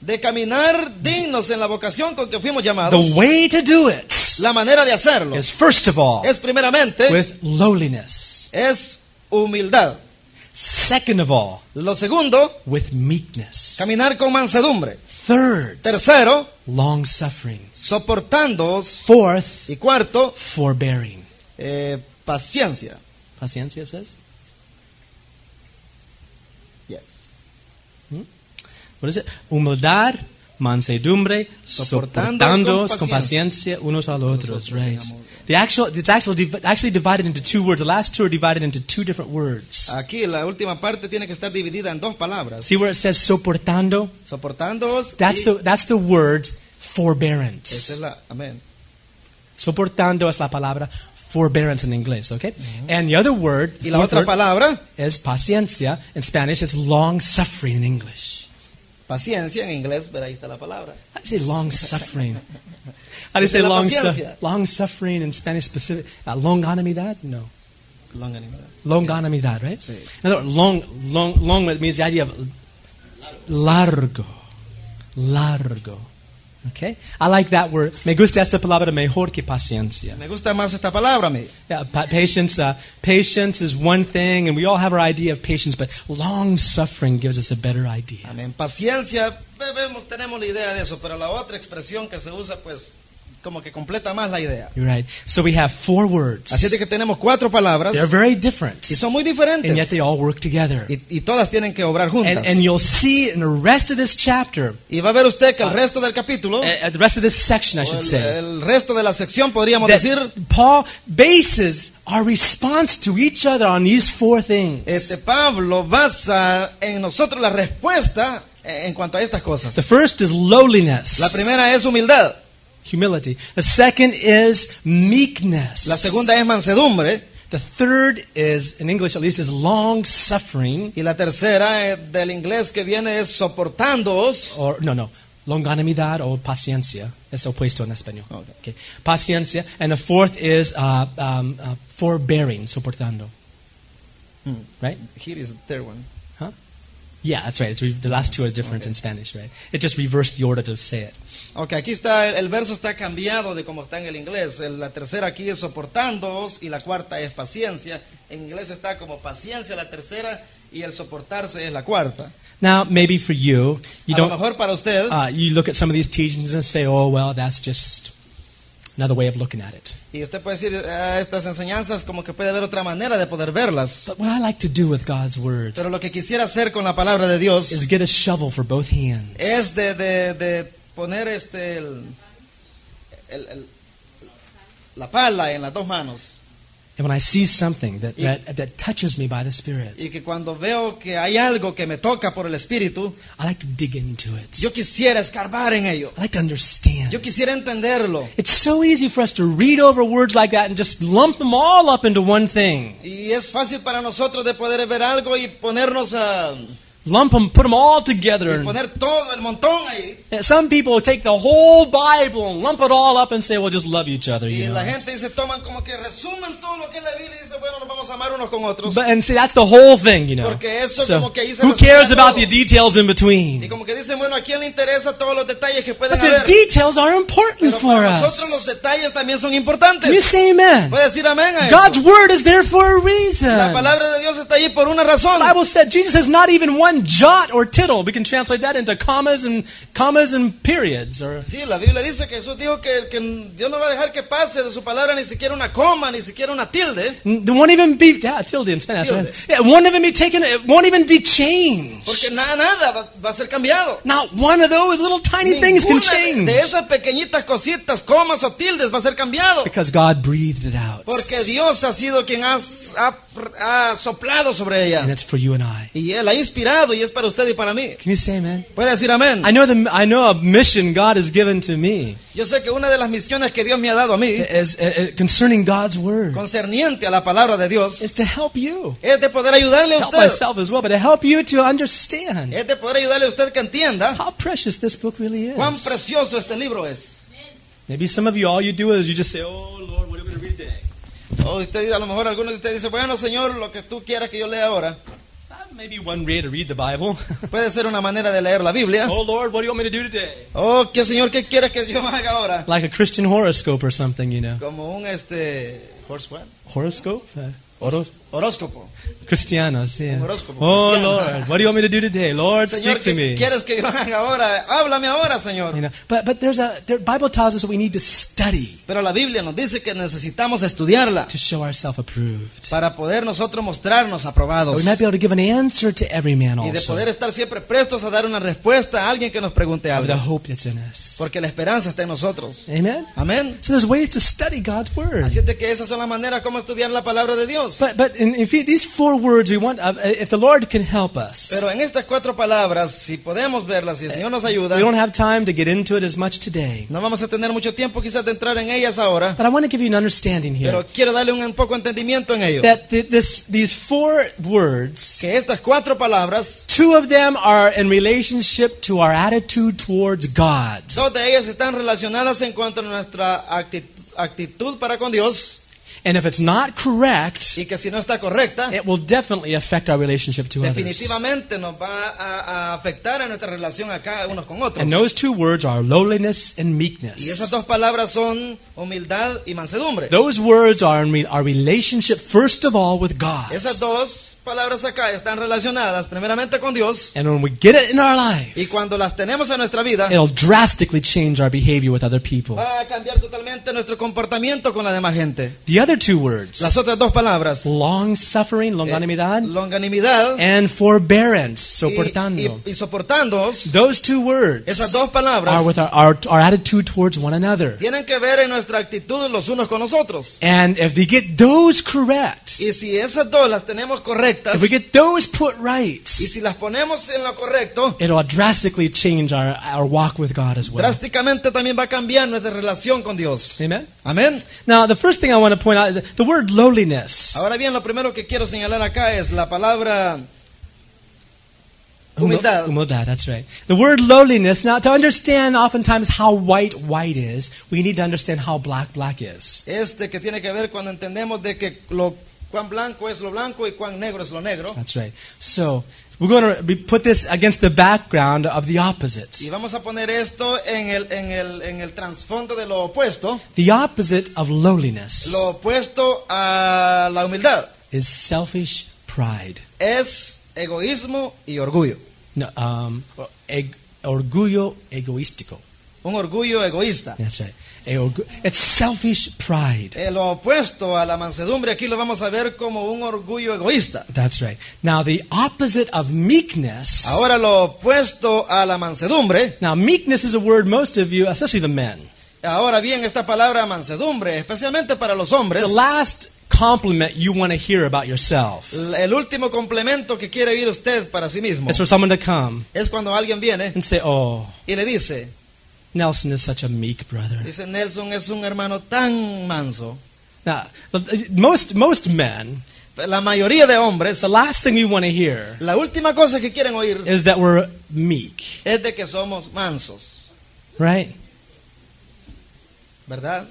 Speaker 3: de caminar dignos en la vocación con que fuimos llamados.
Speaker 2: The way to do it
Speaker 3: La manera de hacerlo
Speaker 2: is first of all
Speaker 3: es primeramente
Speaker 2: with lowliness.
Speaker 3: es humildad.
Speaker 2: Second of all,
Speaker 3: Lo segundo,
Speaker 2: with meekness.
Speaker 3: caminar con mansedumbre.
Speaker 2: Third,
Speaker 3: Tercero,
Speaker 2: long suffering.
Speaker 3: soportándoos.
Speaker 2: Fourth,
Speaker 3: Y cuarto,
Speaker 2: forbearing.
Speaker 3: eh, paciencia.
Speaker 2: Paciencia says?
Speaker 3: Yes.
Speaker 2: What is it? Humildad, mansedumbre, soportándoos
Speaker 3: Soportándoos con
Speaker 2: con paciencia unos al otros.
Speaker 3: otros,
Speaker 2: Right.
Speaker 3: en amor.
Speaker 2: The actual, it's actual, div- actually divided into two words. The last two are divided into two different words.
Speaker 3: Aquí la última parte tiene que estar dividida en dos palabras.
Speaker 2: See where it says soportando?
Speaker 3: Soportándoos.
Speaker 2: That's
Speaker 3: y-
Speaker 2: the, that's the word
Speaker 3: Esa es
Speaker 2: forbearance.
Speaker 3: la, amén.
Speaker 2: Soportando es la palabra forbearance in English, okay? And the other word,
Speaker 3: Y la
Speaker 2: fourth
Speaker 3: otra
Speaker 2: word,
Speaker 3: palabra,
Speaker 2: es paciencia. In Spanish, it's long suffering in English.
Speaker 3: paciencia en inglés, pero ahí está la palabra.
Speaker 2: How do you say long suffering? How do you say
Speaker 3: La
Speaker 2: long, su-
Speaker 3: paciencia.
Speaker 2: long suffering in Spanish specific? Uh, longanimidad? No.
Speaker 3: Longanimidad.
Speaker 2: Longanimidad, right?
Speaker 3: Sí.
Speaker 2: In other words, long, long, long means the idea of largo. Largo. Okay? I like that word. Me gusta esta palabra mejor que paciencia.
Speaker 3: Me gusta más esta palabra, mi.
Speaker 2: Yeah, pa- patience, uh, patience is one thing, and we all have our idea of patience, but long suffering gives us a better idea.
Speaker 3: Amén. Paciencia, ve- vemos, tenemos la idea de eso, pero la otra expresión que se usa, pues, como que completa más la idea.
Speaker 2: You're right. So we have four words.
Speaker 3: Así es de que tenemos cuatro palabras
Speaker 2: They're very different,
Speaker 3: y son muy
Speaker 2: and yet
Speaker 3: diferentes
Speaker 2: they all work together.
Speaker 3: y, y todas tienen que obrar juntas.
Speaker 2: And, and you'll see in the rest of this chapter,
Speaker 3: Y va a ver usted que el resto del capítulo,
Speaker 2: uh, uh, the rest of this section, I
Speaker 3: o
Speaker 2: should
Speaker 3: el,
Speaker 2: say,
Speaker 3: el resto de la sección, podríamos
Speaker 2: that
Speaker 3: decir,
Speaker 2: Paul bases our response to each other on these four
Speaker 3: este
Speaker 2: things.
Speaker 3: Pablo basa en nosotros la respuesta en cuanto a estas cosas.
Speaker 2: The first is lowliness,
Speaker 3: La primera es humildad,
Speaker 2: humility. The second is meekness.
Speaker 3: la segunda es mansedumbre
Speaker 2: The third is, in English at least, is long suffering,
Speaker 3: y la tercera eh, del inglés que viene es soportándoos.
Speaker 2: or no, no, longanimidad or paciencia. Es opuesto en español.
Speaker 3: Okay.
Speaker 2: Okay. Paciencia. And the fourth is uh, um, uh, forbearing, soportando.
Speaker 3: Hmm.
Speaker 2: Right?
Speaker 3: Here is the third one.
Speaker 2: Huh? Yeah, that's right. It's re- the last two are different in Spanish, right? It just reversed the order to say it.
Speaker 3: Aunque aquí está, el verso está cambiado de como está en el inglés. El- La tercera aquí es soportándoos y la cuarta es paciencia. En inglés está como paciencia la tercera y el soportarse es la cuarta.
Speaker 2: Now, maybe for you, you
Speaker 3: a lo
Speaker 2: don't.
Speaker 3: mejor para usted,
Speaker 2: Uh, you look at some of these teachings and say, "Oh, well, that's just another way of looking at it."
Speaker 3: y usted puede decir, "Ah, estas enseñanzas como que puede haber otra manera de poder verlas.
Speaker 2: But what I like to do with God's word
Speaker 3: Pero lo que quisiera hacer con la palabra de Dios
Speaker 2: is get a shovel for both hands.
Speaker 3: es de, de- de poner este el- el- el- la pala en las dos manos.
Speaker 2: And when I see something that, that, that touches me by the Spirit,
Speaker 3: Y que cuando veo que hay algo que me toca por el Espíritu,
Speaker 2: I like to dig into it.
Speaker 3: Yo quisiera escarbar en ello.
Speaker 2: I like to understand.
Speaker 3: Yo quisiera entenderlo.
Speaker 2: It's so easy for us to read over words like that and just lump them all up into one thing.
Speaker 3: Y es fácil para nosotros de poder ver algo y ponernos a
Speaker 2: Lump them, put them all together.
Speaker 3: y
Speaker 2: And
Speaker 3: poner todo el montón ahí.
Speaker 2: and some people take the whole Bible and lump it all up and say, well, just love each other,
Speaker 3: Y
Speaker 2: you
Speaker 3: la
Speaker 2: know.
Speaker 3: gente dice, toman como que resumen todo lo que es la Biblia y dice, bueno, nos vamos a amar unos con otros.
Speaker 2: But, and see, that's the whole thing, you know.
Speaker 3: Porque eso
Speaker 2: So,
Speaker 3: como que ahí se
Speaker 2: who
Speaker 3: resume
Speaker 2: cares about
Speaker 3: todo.
Speaker 2: the details in
Speaker 3: Y
Speaker 2: between?
Speaker 3: como que dicen, bueno, ¿a quién le interesa todos los detalles que pueden
Speaker 2: But the
Speaker 3: haber?
Speaker 2: details are important
Speaker 3: Pero
Speaker 2: for
Speaker 3: para nosotros los
Speaker 2: us.
Speaker 3: detalles también son
Speaker 2: Can you
Speaker 3: importantes.
Speaker 2: say amen?
Speaker 3: Puede decir amén a
Speaker 2: God's
Speaker 3: eso.
Speaker 2: word is there for a reason.
Speaker 3: La palabra de Dios está ahí por una razón.
Speaker 2: The Bible said Jesus has not even one jot or tittle. We can translate that into commas and commas and periods or
Speaker 3: Sí, la Biblia dice que Jesús dijo que, que Dios no va a dejar que pase de su palabra ni siquiera una coma, ni siquiera una tilde.
Speaker 2: It won't even be yeah, tilde in Spanish.
Speaker 3: Tilde.
Speaker 2: man. Yeah, it won't even be taken. It won't even be changed.
Speaker 3: Porque nada, nada va, va a ser cambiado.
Speaker 2: Not one of those little tiny things can
Speaker 3: Ninguna de,
Speaker 2: change
Speaker 3: de esas pequeñitas cositas, comas o tildes va a ser cambiado.
Speaker 2: because God breathed it out,
Speaker 3: Porque Dios ha sido quien ha, ha- ha soplado sobre
Speaker 2: and
Speaker 3: ella.
Speaker 2: it's for you and I.
Speaker 3: Y Él ha inspirado y es para usted y para mí.
Speaker 2: Can you say amen?
Speaker 3: Puede decir amén.
Speaker 2: I know the I know a mission God has given to me
Speaker 3: Yo sé que una de las misiones que Dios me ha dado a mí,
Speaker 2: is uh, uh, concerning God's word
Speaker 3: concerniente a la palabra de Dios,
Speaker 2: is to help you,
Speaker 3: es de poder ayudarle a
Speaker 2: help
Speaker 3: usted. Eh.
Speaker 2: myself as well, but to help you to understand
Speaker 3: Es de poder ayudarle a usted que entienda
Speaker 2: how precious this book really
Speaker 3: cuán
Speaker 2: is.
Speaker 3: precioso este libro es.
Speaker 2: Maybe some of you, all you do is you just say, "Oh Lord, what am I going to read today?"
Speaker 3: O usted, a lo mejor alguno de ustedes dice, bueno, Señor, lo que tú quieras que yo lea ahora.
Speaker 2: That may be Uh, one way to read the Bible. [LAUGHS]
Speaker 3: Puede ser una manera de leer la Biblia.
Speaker 2: oh Lord, what do you want me to do today?
Speaker 3: Oh, ¿qué Señor, qué quieres que yo [LAUGHS] haga ahora?
Speaker 2: Like a Christian horoscope or something, you know.
Speaker 3: Como un, este... ¿Horsewhat?
Speaker 2: Horoscope? Uh, horos-
Speaker 3: Horóscopo.
Speaker 2: Cristianos, yeah.
Speaker 3: Horóscopo,
Speaker 2: Oh
Speaker 3: cristiano.
Speaker 2: Lord, what do you want me to do today? Lord,
Speaker 3: Señor,
Speaker 2: speak to
Speaker 3: ¿qué
Speaker 2: me.
Speaker 3: quieres que yo [LAUGHS] haga ahora? Háblame ahora,
Speaker 2: You
Speaker 3: Señor.
Speaker 2: know, but but there's a the Bible tells us that we need to study
Speaker 3: Pero la Biblia nos dice que necesitamos estudiarla
Speaker 2: to show ourselves approved.
Speaker 3: para poder nosotros mostrarnos aprobados.
Speaker 2: We might be able to give an answer to every man
Speaker 3: Y de
Speaker 2: also
Speaker 3: poder estar siempre prestos a dar una respuesta a alguien que nos pregunte
Speaker 2: of the
Speaker 3: algo.
Speaker 2: hope that's in us.
Speaker 3: Porque la esperanza está en nosotros.
Speaker 2: Amen.
Speaker 3: Amén.
Speaker 2: So there's ways to study God's word.
Speaker 3: Así es de que esas son las maneras como estudiar la palabra de Dios.
Speaker 2: But but in, in fe- these four words, we want uh, if the Lord can help us.
Speaker 3: Pero en estas cuatro palabras, si podemos verlas, si el Señor nos ayuda,
Speaker 2: We don't have time to get into it as much today,
Speaker 3: no vamos a tener mucho tiempo quizás de entrar en ellas ahora,
Speaker 2: but I want to give you an understanding here
Speaker 3: pero quiero darle un poco de entendimiento en ello.
Speaker 2: that th- this these four words,
Speaker 3: Que estas cuatro palabras,
Speaker 2: two of them are in relationship to our attitude towards God.
Speaker 3: dos de ellas están relacionadas en cuanto a nuestra actitud, actitud para con Dios
Speaker 2: And if it's not correct,
Speaker 3: y que si no está correcta,
Speaker 2: it will definitely affect our relationship to others.
Speaker 3: definitivamente nos va a, a afectar a nuestra relación acá unos con otros.
Speaker 2: And those two words are lowliness and
Speaker 3: Y esas
Speaker 2: meekness.
Speaker 3: dos palabras son humildad y mansedumbre.
Speaker 2: Those words are in re- our relationship first of all with God.
Speaker 3: Esas dos palabras acá están relacionadas primeramente con Dios
Speaker 2: And when we get it in our life,
Speaker 3: y cuando las tenemos en nuestra vida,
Speaker 2: it'll drastically change our behavior with other people.
Speaker 3: va a cambiar totalmente nuestro comportamiento con la demás gente.
Speaker 2: The other two
Speaker 3: Las
Speaker 2: words,
Speaker 3: otras dos palabras,
Speaker 2: long suffering,
Speaker 3: eh,
Speaker 2: longanimidad,
Speaker 3: longanimidad
Speaker 2: and forbearance,
Speaker 3: y,
Speaker 2: eh, soportando. Ah,
Speaker 3: y- y soportándoos,
Speaker 2: Those two words
Speaker 3: esas dos palabras
Speaker 2: are with our, our, our attitude towards one another.
Speaker 3: tienen que ver en nuestra actitud los unos con los otros.
Speaker 2: And if we get those correct,
Speaker 3: Y si esas dos las tenemos correctas
Speaker 2: if we get those put right,
Speaker 3: y si las ponemos en lo correcto,
Speaker 2: it'll drastically change our, our walk with God as well.
Speaker 3: drásticamente también va a cambiar nuestra relación con Dios.
Speaker 2: Amen?
Speaker 3: Amén.
Speaker 2: Now, the first thing I want to point out is that the word lowliness.
Speaker 3: Ahora bien, lo primero que quiero señalar acá es la palabra humildad.
Speaker 2: Humildad, that's right. The word lowliness. Now, to understand oftentimes how white white is, we need to understand how black black is.
Speaker 3: Este que tiene que ver cuando entendemos de que lo Cuán blanco es lo blanco y cuán negro es lo negro.
Speaker 2: That's right. So we're going to be- put this against the background of the
Speaker 3: Y
Speaker 2: opposites.
Speaker 3: vamos a poner esto en el, en el, en el trasfondo de lo opuesto.
Speaker 2: The opposite of lowliness
Speaker 3: Lo opuesto a la humildad
Speaker 2: is selfish pride.
Speaker 3: es egoísmo y orgullo.
Speaker 2: No, um, eg- orgullo egoístico.
Speaker 3: Un orgullo egoísta.
Speaker 2: That's right. A orgu- It's selfish pride.
Speaker 3: Eh, lo opuesto a la mansedumbre aquí lo vamos a ver como un orgullo egoísta.
Speaker 2: That's right. Now the opposite of meekness.
Speaker 3: Ahora lo opuesto a la mansedumbre.
Speaker 2: Now meekness is a word most of you, especially the men.
Speaker 3: Ahora bien, esta palabra mansedumbre, especialmente para los hombres,
Speaker 2: The last compliment you want to hear about yourself
Speaker 3: el último complemento que quiere oír usted para sí mismo
Speaker 2: is for someone to come
Speaker 3: es cuando alguien viene
Speaker 2: and say, "Oh,
Speaker 3: y le dice,
Speaker 2: Nelson is such a meek brother."
Speaker 3: dice Nelson es un hermano tan manso.
Speaker 2: Now, the- most most men,
Speaker 3: La mayoría de hombres,
Speaker 2: the last thing we want to hear
Speaker 3: la última cosa que quieren oír
Speaker 2: is that we're meek,
Speaker 3: es de que somos mansos,
Speaker 2: right?
Speaker 3: ¿verdad?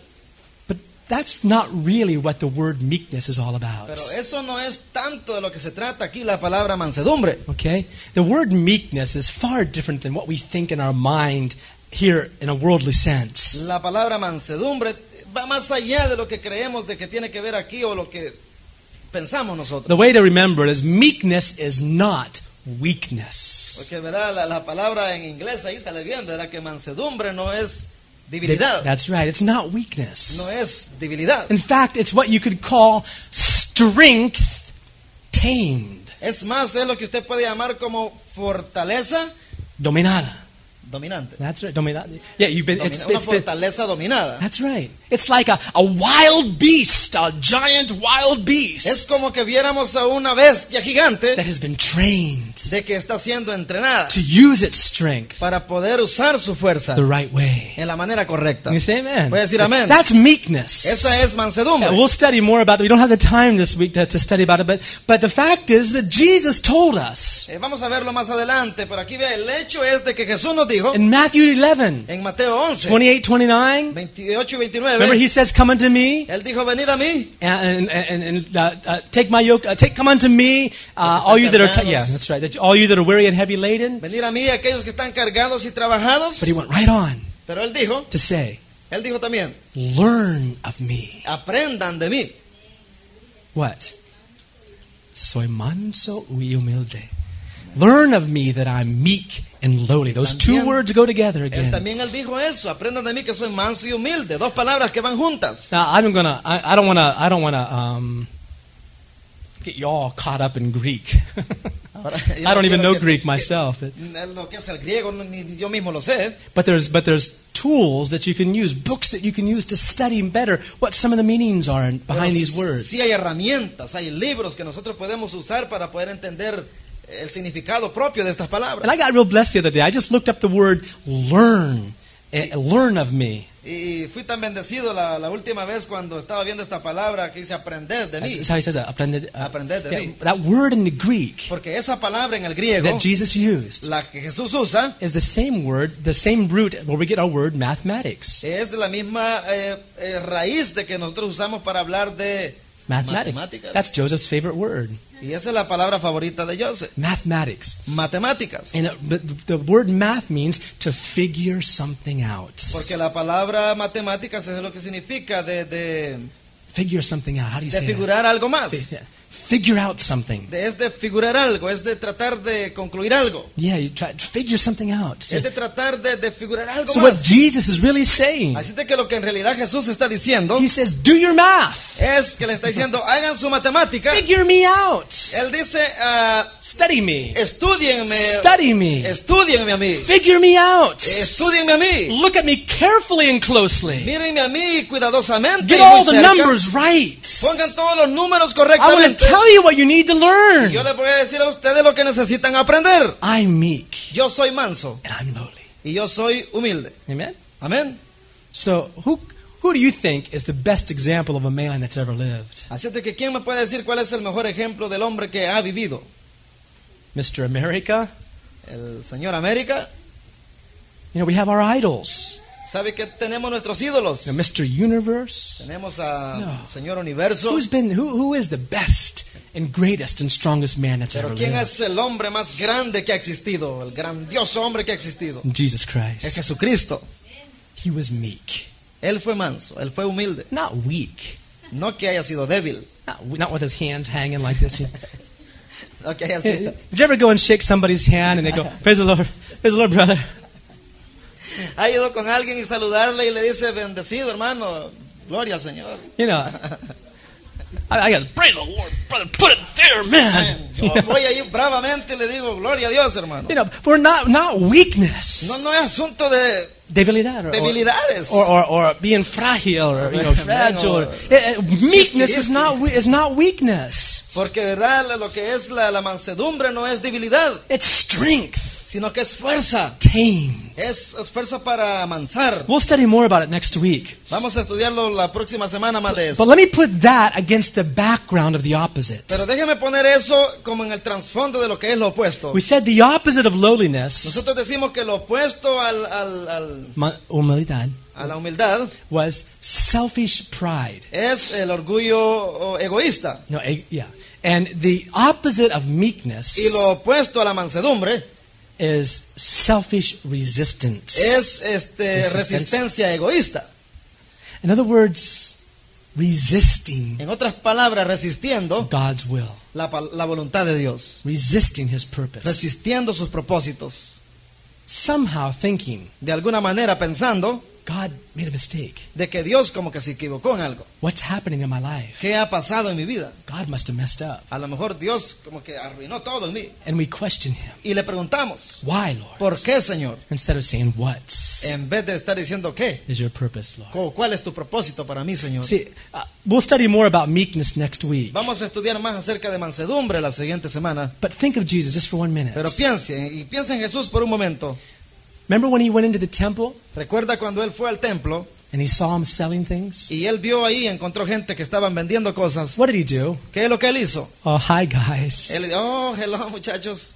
Speaker 2: But that's not really what the word meekness is all about.
Speaker 3: Pero eso no es tanto de lo que se trata aquí la palabra mansedumbre.
Speaker 2: Okay? The word meekness is far different than what we think in our mind here in a worldly sense.
Speaker 3: La palabra mansedumbre va más allá de lo que creemos de que tiene que ver aquí o lo que pensamos nosotros.
Speaker 2: The way to remember it is meekness is not weakness.
Speaker 3: Porque verdad la, la palabra en inglés ahí sale bien, verdad que mansedumbre no es
Speaker 2: Th-
Speaker 3: debilidad,
Speaker 2: That's right. It's not
Speaker 3: no
Speaker 2: weakness.
Speaker 3: es debilidad,
Speaker 2: In fact, it's what you could call strength tamed,
Speaker 3: es más es lo que usted puede llamar como fortaleza
Speaker 2: dominada.
Speaker 3: dominante,
Speaker 2: That's right. Domina- Yeah, you've been. It's,
Speaker 3: Domina- una
Speaker 2: it's been
Speaker 3: fortaleza dominada.
Speaker 2: that's right. It's like a, a wild beast, a giant wild beast
Speaker 3: Es como que viéramos a una bestia
Speaker 2: that
Speaker 3: gigante
Speaker 2: has been trained
Speaker 3: de que está siendo entrenada
Speaker 2: to use its strength
Speaker 3: para poder usar su fuerza
Speaker 2: the right way.
Speaker 3: en la manera correcta.
Speaker 2: Can you say amen?
Speaker 3: Puede decir
Speaker 2: So
Speaker 3: amén.
Speaker 2: That's meekness.
Speaker 3: Esa es
Speaker 2: Yeah,
Speaker 3: mansedumbre.
Speaker 2: we'll study more about that. We don't have the time this week to, to study about it, but, but the fact is that Jesus told us
Speaker 3: Eh, vamos a verlo más adelante, pero aquí vea, el hecho es de que Jesús nos dijo
Speaker 2: in Matthew 11,
Speaker 3: en Mateo 11,
Speaker 2: 28, 29,
Speaker 3: 28 y
Speaker 2: remember
Speaker 3: 29,
Speaker 2: he says, Come unto me.
Speaker 3: Él dijo, venid a mí,
Speaker 2: and, and, and, and uh, uh, take my yoke. Uh, take, come unto me, uh,
Speaker 3: Los que
Speaker 2: all you that are
Speaker 3: están
Speaker 2: yeah,
Speaker 3: cargados.
Speaker 2: that's right. That, all you that are weary and heavy laden.
Speaker 3: venid a mí aquellos que están cargados y trabajados.
Speaker 2: But he went right on
Speaker 3: Pero Él dijo,
Speaker 2: to say,
Speaker 3: Él dijo también,
Speaker 2: "Learn of me."
Speaker 3: aprendan de mí.
Speaker 2: What? Soy manso y humilde. Learn of me that I'm meek and lowly. Those two
Speaker 3: También-
Speaker 2: words go together
Speaker 3: Él
Speaker 2: again.
Speaker 3: también Él dijo eso, aprendan de mí que soy manso y humilde. Dos palabras que van juntas.
Speaker 2: Now I'm gonna. I, I don't wanna. I don't wanna. Um, get y'all caught up in Greek. [LAUGHS]
Speaker 3: Ahora, yo
Speaker 2: I
Speaker 3: no
Speaker 2: don't even
Speaker 3: quiero
Speaker 2: know
Speaker 3: que-
Speaker 2: Greek
Speaker 3: que-
Speaker 2: myself. But,
Speaker 3: Lo que es el griego, no- ni yo mismo lo sé.
Speaker 2: But there's but there's tools that you can use, books that you can use to study better what some of the meanings are in- behind these words.
Speaker 3: Sí hay herramientas, hay libros que nosotros podemos usar para poder entender el significado propio de estas palabras.
Speaker 2: And I got real blessed the other day. I just looked up the word learn, eh, learn of me.
Speaker 3: Y fui tan bendecido la, la última vez cuando estaba viendo esta palabra que dice aprender de mí.
Speaker 2: That's how he says that. Aprende, uh,
Speaker 3: Aprender de mí.
Speaker 2: that word in the Greek
Speaker 3: Porque esa palabra en el griego,
Speaker 2: that Jesus used
Speaker 3: la que Jesús usa,
Speaker 2: is the same word, the same root where we get our word mathematics.
Speaker 3: es la misma eh, eh, raíz de que nosotros usamos para hablar de
Speaker 2: Mathematics.
Speaker 3: matemáticas.
Speaker 2: That's Joseph's favorite word.
Speaker 3: Y esa es la palabra favorita de Joseph,
Speaker 2: Mathematics.
Speaker 3: matemáticas.
Speaker 2: And it, but the word math means to figure something out.
Speaker 3: Porque la palabra matemáticas es lo que significa de, de,
Speaker 2: Figure something out. How do you
Speaker 3: de
Speaker 2: say that?
Speaker 3: figurar algo más.
Speaker 2: Yeah. Figure out something.
Speaker 3: De- es de figurar algo, es de tratar de concluir algo,
Speaker 2: Yeah, you try to figure something out.
Speaker 3: es de tratar de, de figurar algo
Speaker 2: So what
Speaker 3: más.
Speaker 2: Jesus is really saying,
Speaker 3: Así de que lo que en realidad Jesús está diciendo
Speaker 2: he says, do your math.
Speaker 3: es que le está diciendo, hagan su matemática.
Speaker 2: Figure me out.
Speaker 3: Él dice, ah,
Speaker 2: Study me.
Speaker 3: estudienme,
Speaker 2: Study me.
Speaker 3: estudienme a mí,
Speaker 2: Figure me out.
Speaker 3: estudienme a mí,
Speaker 2: Look at me carefully and closely.
Speaker 3: mírenme a mí cuidadosamente.
Speaker 2: Get
Speaker 3: y muy
Speaker 2: all the
Speaker 3: cerca.
Speaker 2: numbers right.
Speaker 3: Pongan todos los números
Speaker 2: I'm going to
Speaker 3: correctamente.
Speaker 2: tell you what you need to learn.
Speaker 3: Yo les voy a decir a ustedes lo que necesitan aprender.
Speaker 2: I'm meek
Speaker 3: Yo soy manso
Speaker 2: and I'm lowly.
Speaker 3: y yo soy humilde.
Speaker 2: Amen?
Speaker 3: Amén.
Speaker 2: So who, who do you think is the best example of a man that's ever lived?
Speaker 3: Así es de que quién me puede decir cuál es el mejor ejemplo del hombre que ha vivido.
Speaker 2: Mr. America?
Speaker 3: El señor América.
Speaker 2: You know, we have our idols.
Speaker 3: ¿Sabe que tenemos nuestros ídolos?
Speaker 2: The Mr. Universe.
Speaker 3: Tenemos a
Speaker 2: No.
Speaker 3: Señor Universo.
Speaker 2: Who's been who who is the best and greatest and strongest man that's ever
Speaker 3: Pero ¿quién
Speaker 2: lived?
Speaker 3: es el hombre más grande que ha existido? El grandioso hombre que ha existido.
Speaker 2: Jesus
Speaker 3: Es
Speaker 2: Christ.
Speaker 3: Jesucristo.
Speaker 2: He was meek,
Speaker 3: Él fue manso, él fue humilde.
Speaker 2: not weak.
Speaker 3: No que haya sido débil.
Speaker 2: Not, not with his hands hanging like [LAUGHS] this.
Speaker 3: No
Speaker 2: [LAUGHS]
Speaker 3: que haya sido...
Speaker 2: Did you ever go and shake somebody's hand and they go, "Praise the Lord, praise the Lord, brother"?
Speaker 3: Ha ido con alguien y saludarle y le dice, bendecido hermano, gloria al Señor.
Speaker 2: You know, I, I got praise the Lord, brother. Put it there, man. [LAUGHS] You
Speaker 3: Yo
Speaker 2: know,
Speaker 3: voy ahí bravamente y le digo, gloria a Dios hermano.
Speaker 2: you know, we're not not weakness,
Speaker 3: No, no es asunto de
Speaker 2: debilidad, or,
Speaker 3: debilidades.
Speaker 2: or, or, or being fragile or [LAUGHS] you know
Speaker 3: Amen,
Speaker 2: fragile.
Speaker 3: or-
Speaker 2: or- Eh, eh, meekness is not we- is not weakness.
Speaker 3: Porque verdad, lo que es la, la mansedumbre no es debilidad,
Speaker 2: It's strength,
Speaker 3: sino que es fuerza.
Speaker 2: tame.
Speaker 3: Es, es fuerza para amansar.
Speaker 2: We'll study more about it next week.
Speaker 3: Vamos a estudiarlo la próxima semana más de
Speaker 2: But
Speaker 3: eso.
Speaker 2: let me put that against the background of the opposite.
Speaker 3: Pero déjeme poner eso como en el trasfondo de lo que es lo opuesto.
Speaker 2: We said the opposite of lowliness,
Speaker 3: Nosotros decimos que lo opuesto al- al- al-
Speaker 2: ma- humildad,
Speaker 3: a la humildad
Speaker 2: was selfish pride.
Speaker 3: es el orgullo o, egoísta.
Speaker 2: No, eh, yeah. And the opposite of
Speaker 3: Y
Speaker 2: meekness
Speaker 3: lo opuesto a la mansedumbre
Speaker 2: is selfish resistance.
Speaker 3: es este,
Speaker 2: Resistencia.
Speaker 3: resistencia egoísta.
Speaker 2: In other words, resisting
Speaker 3: En otras palabras, resistiendo
Speaker 2: God's will,
Speaker 3: la, pal- la voluntad de Dios,
Speaker 2: resisting His purpose.
Speaker 3: resistiendo sus propósitos.
Speaker 2: Somehow thinking
Speaker 3: de alguna manera pensando
Speaker 2: God made a mistake.
Speaker 3: de que Dios como que se equivocó en algo.
Speaker 2: What's happening in my life?
Speaker 3: ¿Qué ha pasado en mi vida?
Speaker 2: God must have messed up.
Speaker 3: A lo mejor Dios como que arruinó todo en mí.
Speaker 2: And we question Him.
Speaker 3: Y le preguntamos,
Speaker 2: Why, Lord?
Speaker 3: ¿por qué, Señor?
Speaker 2: Instead of saying, "What
Speaker 3: En vez de estar diciendo, ¿qué?
Speaker 2: is your purpose, Lord?"
Speaker 3: Co- ¿Cuál es tu propósito para mí, Señor?
Speaker 2: See, uh, we'll study more about meekness next week.
Speaker 3: Vamos a estudiar más acerca de mansedumbre la siguiente semana.
Speaker 2: But think of Jesus just for one minute.
Speaker 3: Pero piensen, y piensen en Jesús por un momento.
Speaker 2: Remember when he went into the temple
Speaker 3: Recuerda cuando él fue al templo
Speaker 2: and he saw him selling things?
Speaker 3: y él vio ahí, encontró gente que estaban vendiendo cosas.
Speaker 2: What did he do?
Speaker 3: ¿Qué es lo que él hizo?
Speaker 2: Oh, hi guys.
Speaker 3: Él, oh, hello muchachos,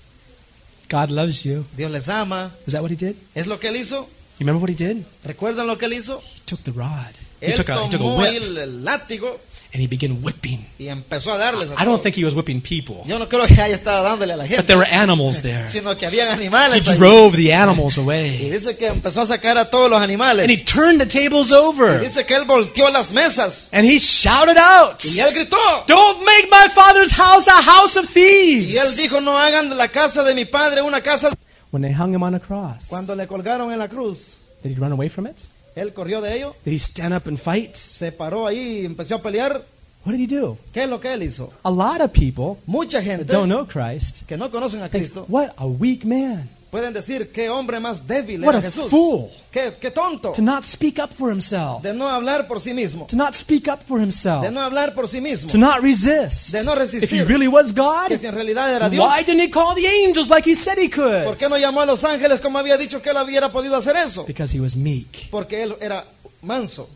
Speaker 2: God loves you.
Speaker 3: Dios les ama.
Speaker 2: Is that what he did? You
Speaker 3: ¿Es lo que él hizo?
Speaker 2: remember what he did?
Speaker 3: ¿Recuerdan lo que él hizo?
Speaker 2: He took the rod. He
Speaker 3: Él
Speaker 2: took a, he took a
Speaker 3: tomó ahí el,
Speaker 2: whip
Speaker 3: el látigo
Speaker 2: and he began whipping.
Speaker 3: y empezó a darles a
Speaker 2: I don't
Speaker 3: todos.
Speaker 2: think he was whipping people,
Speaker 3: Yo no creo que haya estado dándole a la
Speaker 2: but
Speaker 3: gente,
Speaker 2: there were animals there.
Speaker 3: sino que habían
Speaker 2: He
Speaker 3: animales. ahí.
Speaker 2: drove the animals
Speaker 3: Y
Speaker 2: away
Speaker 3: dice que empezó a sacar a todos los
Speaker 2: and he
Speaker 3: animales.
Speaker 2: turned the tables
Speaker 3: Y
Speaker 2: over
Speaker 3: dice que él volteó las mesas
Speaker 2: and he shouted out,
Speaker 3: y él gritó.
Speaker 2: Don't make my father's house a house of
Speaker 3: Y él
Speaker 2: thieves!
Speaker 3: dijo, no hagan de la casa de mi padre una casa.
Speaker 2: When they hung him on a cross,
Speaker 3: Cuando le colgaron en la cruz,
Speaker 2: did he run away from it?
Speaker 3: él corrió de ello,
Speaker 2: Did he stand up and fight?
Speaker 3: se paró ahí y empezó a pelear.
Speaker 2: What did he do?
Speaker 3: ¿Qué es lo que él hizo?
Speaker 2: A lot of people
Speaker 3: Mucha
Speaker 2: that
Speaker 3: gente
Speaker 2: don't know Christ
Speaker 3: que no conocen a
Speaker 2: think,
Speaker 3: Cristo
Speaker 2: what a weak man
Speaker 3: pueden decir, qué hombre más débil
Speaker 2: What
Speaker 3: era
Speaker 2: a
Speaker 3: Jesús.
Speaker 2: fool.
Speaker 3: Qué, qué tonto.
Speaker 2: to not speak up for himself,
Speaker 3: De no hablar por sí mismo.
Speaker 2: to not speak up for
Speaker 3: de
Speaker 2: himself,
Speaker 3: no hablar por sí mismo,
Speaker 2: to not resist.
Speaker 3: de no resistir.
Speaker 2: If he really was God,
Speaker 3: que si en realidad era Dios,
Speaker 2: why didn't he call the angels like he said he
Speaker 3: ¿por
Speaker 2: could?
Speaker 3: qué no llamó a los ángeles como había dicho que él hubiera podido hacer eso?
Speaker 2: Because he was meek.
Speaker 3: Porque él era manso.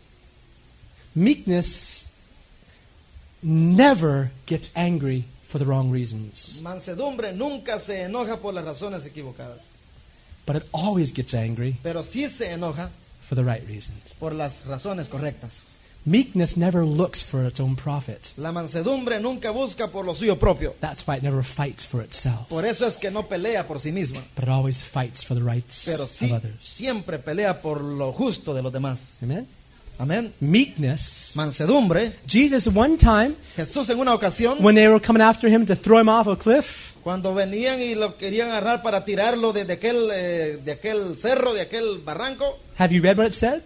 Speaker 2: Meekness never gets angry for the wrong reasons,
Speaker 3: Mansedumbre nunca se enoja por las razones equivocadas,
Speaker 2: but it always gets angry
Speaker 3: pero sí se enoja
Speaker 2: for the right reasons.
Speaker 3: por las razones correctas.
Speaker 2: Meekness never looks for its own profit.
Speaker 3: La mansedumbre nunca busca por lo suyo propio.
Speaker 2: That's why it never fights for itself,
Speaker 3: Por eso es que no pelea por sí misma,
Speaker 2: but it always fights for the rights
Speaker 3: pero
Speaker 2: of
Speaker 3: sí
Speaker 2: others.
Speaker 3: siempre pelea por lo justo de los demás.
Speaker 2: Amen?
Speaker 3: Amén.
Speaker 2: Meekness.
Speaker 3: Mansedumbre.
Speaker 2: Jesus, one time,
Speaker 3: Jesús en una ocasión
Speaker 2: when they were coming after him to throw him off a cliff,
Speaker 3: Cuando venían y lo querían agarrar para tirarlo desde aquel, eh, de aquel cerro, de aquel barranco,
Speaker 2: have you read what it said?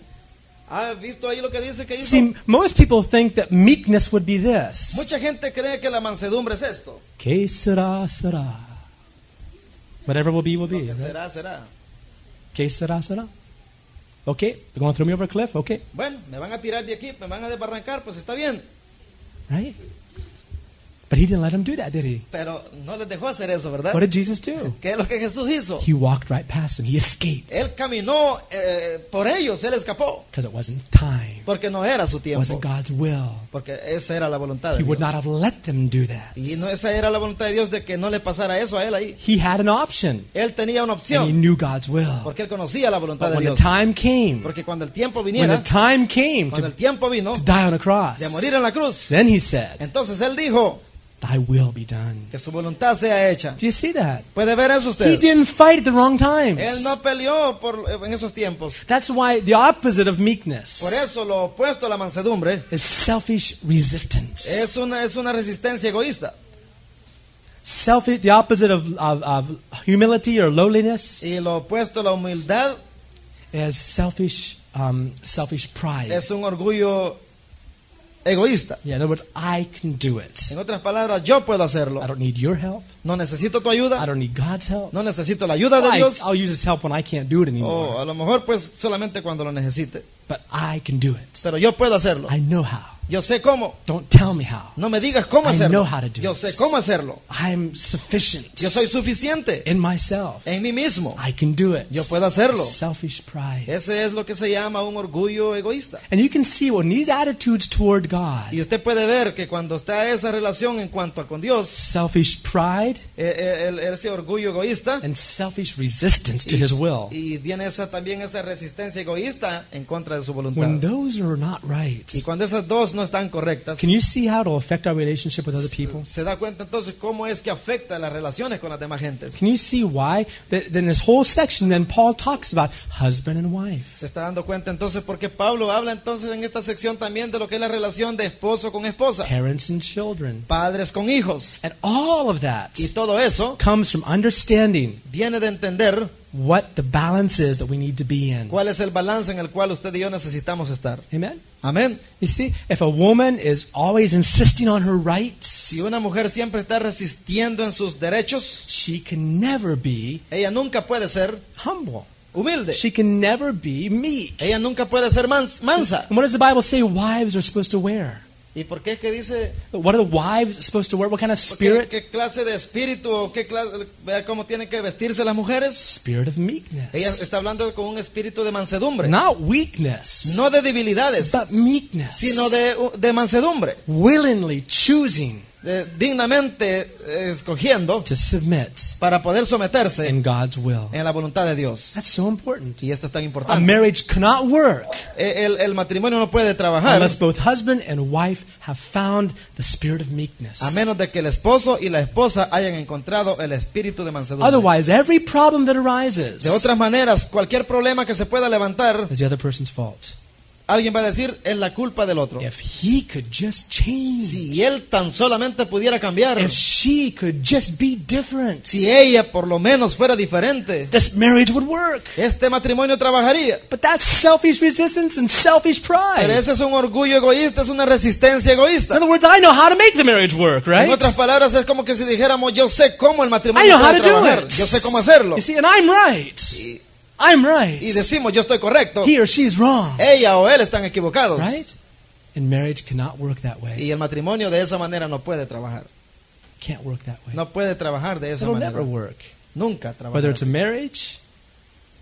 Speaker 3: ¿has visto ahí lo que dice que hizo?
Speaker 2: See, most people think that meekness would be this.
Speaker 3: Mucha gente cree que la mansedumbre es esto.
Speaker 2: Que sera, sera. Whatever will be, will
Speaker 3: Lo
Speaker 2: be.
Speaker 3: que
Speaker 2: right?
Speaker 3: será, será.
Speaker 2: Que sera, sera. Okay, they're going to throw me over a cliff, okay,
Speaker 3: Bueno, me van a tirar de aquí, me van a desbarrancar, pues está bien.
Speaker 2: right? But he didn't let him do that, did he?
Speaker 3: Pero no les dejó hacer eso, ¿verdad?
Speaker 2: What did Jesus do?
Speaker 3: ¿Qué es lo que Jesús hizo?
Speaker 2: He walked right past him. He escaped
Speaker 3: Él caminó eh, por ellos, él escapó,
Speaker 2: because it wasn't time.
Speaker 3: Porque no era su
Speaker 2: It
Speaker 3: tiempo.
Speaker 2: wasn't God's will.
Speaker 3: Porque esa era la voluntad
Speaker 2: He
Speaker 3: de
Speaker 2: would
Speaker 3: Dios.
Speaker 2: not have let them do that.
Speaker 3: Y no, esa era la voluntad de Dios de que no le pasara eso a él ahí.
Speaker 2: He had an option,
Speaker 3: Él tenía una
Speaker 2: and he
Speaker 3: opción.
Speaker 2: knew God's will.
Speaker 3: Porque él conocía la voluntad
Speaker 2: But
Speaker 3: de
Speaker 2: when the
Speaker 3: Dios.
Speaker 2: time came,
Speaker 3: Porque cuando el tiempo
Speaker 2: when the
Speaker 3: viniera,
Speaker 2: time came
Speaker 3: cuando
Speaker 2: to,
Speaker 3: el tiempo vino
Speaker 2: to die on a
Speaker 3: de
Speaker 2: cross,
Speaker 3: morir en la cruz,
Speaker 2: then he said,
Speaker 3: entonces él dijo
Speaker 2: Thy will be done.
Speaker 3: que su voluntad sea hecha.
Speaker 2: Do you see that?
Speaker 3: ¿Puede ver eso
Speaker 2: He
Speaker 3: usted?
Speaker 2: didn't fight at the wrong
Speaker 3: Él
Speaker 2: times.
Speaker 3: no peleó por, en esos tiempos.
Speaker 2: That's why the opposite of
Speaker 3: Por
Speaker 2: meekness
Speaker 3: eso lo opuesto a la mansedumbre
Speaker 2: is selfish resistance.
Speaker 3: es una, es una resistencia egoísta.
Speaker 2: Selfish, the opposite of, of, of humility or lowliness
Speaker 3: Y lo opuesto a la humildad
Speaker 2: is selfish, um, selfish pride.
Speaker 3: es un orgullo egoísta.
Speaker 2: Yeah, in other words, I can do it.
Speaker 3: En otras palabras, yo puedo
Speaker 2: I
Speaker 3: hacerlo.
Speaker 2: don't need your help.
Speaker 3: No necesito tu
Speaker 2: I
Speaker 3: ayuda.
Speaker 2: don't need God's help.
Speaker 3: No necesito la ayuda de
Speaker 2: I,
Speaker 3: Dios. Oh.
Speaker 2: will use His help when I can't do it anymore.
Speaker 3: O a lo mejor pues solamente cuando lo necesite.
Speaker 2: But I can do it.
Speaker 3: Pero yo puedo hacerlo.
Speaker 2: I know how.
Speaker 3: Yo sé cómo.
Speaker 2: Don't tell me how.
Speaker 3: No me digas cómo
Speaker 2: I
Speaker 3: hacerlo.
Speaker 2: know how to do
Speaker 3: Yo
Speaker 2: it.
Speaker 3: sé cómo hacerlo.
Speaker 2: I'm sufficient
Speaker 3: Yo soy suficiente
Speaker 2: in myself.
Speaker 3: en mí mismo.
Speaker 2: I can do it.
Speaker 3: Yo puedo hacerlo.
Speaker 2: Selfish pride.
Speaker 3: Ese es lo que se llama un orgullo egoísta.
Speaker 2: And you can see when these attitudes toward God,
Speaker 3: Y usted puede ver que cuando está esa relación en cuanto a con Dios,
Speaker 2: selfish pride
Speaker 3: eh, eh, el- ese orgullo egoísta,
Speaker 2: and selfish resistance to His will,
Speaker 3: y viene esa, también esa resistencia egoísta en contra de su
Speaker 2: when
Speaker 3: voluntad.
Speaker 2: those are not right,
Speaker 3: Y cuando esas dos no están correctas,
Speaker 2: can you see how it'll affect our relationship with other people?
Speaker 3: se da cuenta entonces cómo es que afecta las relaciones con las demás gentes.
Speaker 2: Can you see why? Th- Then this whole section, then Paul talks about husband and wife.
Speaker 3: Se está dando cuenta entonces porque Pablo habla entonces en esta sección también de lo que es la relación de esposo con esposa,
Speaker 2: parents and children.
Speaker 3: padres con hijos.
Speaker 2: And all of that
Speaker 3: Y todo eso
Speaker 2: comes from understanding
Speaker 3: viene de entender
Speaker 2: what the balance is that we need to be in.
Speaker 3: cuál es el balance en el cual usted y yo necesitamos estar.
Speaker 2: Amen?
Speaker 3: Amén.
Speaker 2: You see, if a woman is always insisting on her
Speaker 3: Si
Speaker 2: rights,
Speaker 3: una mujer siempre está resistiendo en sus derechos,
Speaker 2: she can never be
Speaker 3: ella nunca puede ser
Speaker 2: humble.
Speaker 3: humilde.
Speaker 2: She can never be meek.
Speaker 3: Ella nunca puede ser mans- mansa.
Speaker 2: And what does the Bible say wives are supposed to wear?
Speaker 3: ¿Y por qué es que dice
Speaker 2: What are the wives supposed to wear? What kind of
Speaker 3: qué,
Speaker 2: spirit?
Speaker 3: qué clase de espíritu o qué clase, vea cómo tienen que vestirse las mujeres?
Speaker 2: Spirit of
Speaker 3: Ella
Speaker 2: meekness.
Speaker 3: está hablando con un espíritu de mansedumbre,
Speaker 2: Not weakness,
Speaker 3: no de debilidades,
Speaker 2: but meekness.
Speaker 3: sino de, de mansedumbre,
Speaker 2: Willingly choosing
Speaker 3: de dignamente eh, escogiendo
Speaker 2: to submit
Speaker 3: para poder someterse
Speaker 2: in God's will.
Speaker 3: en la voluntad de Dios.
Speaker 2: That's so important.
Speaker 3: Y esto es tan
Speaker 2: A
Speaker 3: importante. Eh,
Speaker 2: marriage cannot work
Speaker 3: El, el matrimonio no puede trabajar
Speaker 2: unless both husband and wife have found the spirit of meekness.
Speaker 3: a menos de que el esposo y la esposa hayan encontrado el espíritu de mansedumbre.
Speaker 2: Otherwise, every problem that arises
Speaker 3: De otras maneras, cualquier problema que se pueda levantar,
Speaker 2: is the other person's fault.
Speaker 3: alguien va a decir es la culpa del otro.
Speaker 2: If he could just change,
Speaker 3: Si él tan solamente pudiera cambiar,
Speaker 2: if she could just be different,
Speaker 3: si ella por lo menos fuera diferente,
Speaker 2: this marriage would work.
Speaker 3: este matrimonio trabajaría.
Speaker 2: But that's selfish resistance and selfish pride.
Speaker 3: Pero
Speaker 2: In
Speaker 3: ese es un orgullo egoísta, es una resistencia egoísta.
Speaker 2: other words, I know how to make the marriage work,
Speaker 3: En
Speaker 2: right?
Speaker 3: otras palabras, es como que si dijéramos yo sé cómo el
Speaker 2: I
Speaker 3: matrimonio
Speaker 2: know how
Speaker 3: puede
Speaker 2: to do
Speaker 3: trabajar,
Speaker 2: it.
Speaker 3: yo sé cómo hacerlo.
Speaker 2: You see, and I'm right. I'm
Speaker 3: Y
Speaker 2: right.
Speaker 3: decimos yo estoy correcto,
Speaker 2: He or she's wrong.
Speaker 3: ella o él están equivocados.
Speaker 2: Right? And marriage cannot work that way.
Speaker 3: Y el matrimonio de esa manera no puede trabajar.
Speaker 2: Can't work that way.
Speaker 3: No puede trabajar de esa
Speaker 2: It'll never
Speaker 3: manera.
Speaker 2: work.
Speaker 3: Nunca trabajar.
Speaker 2: Whether it's a marriage,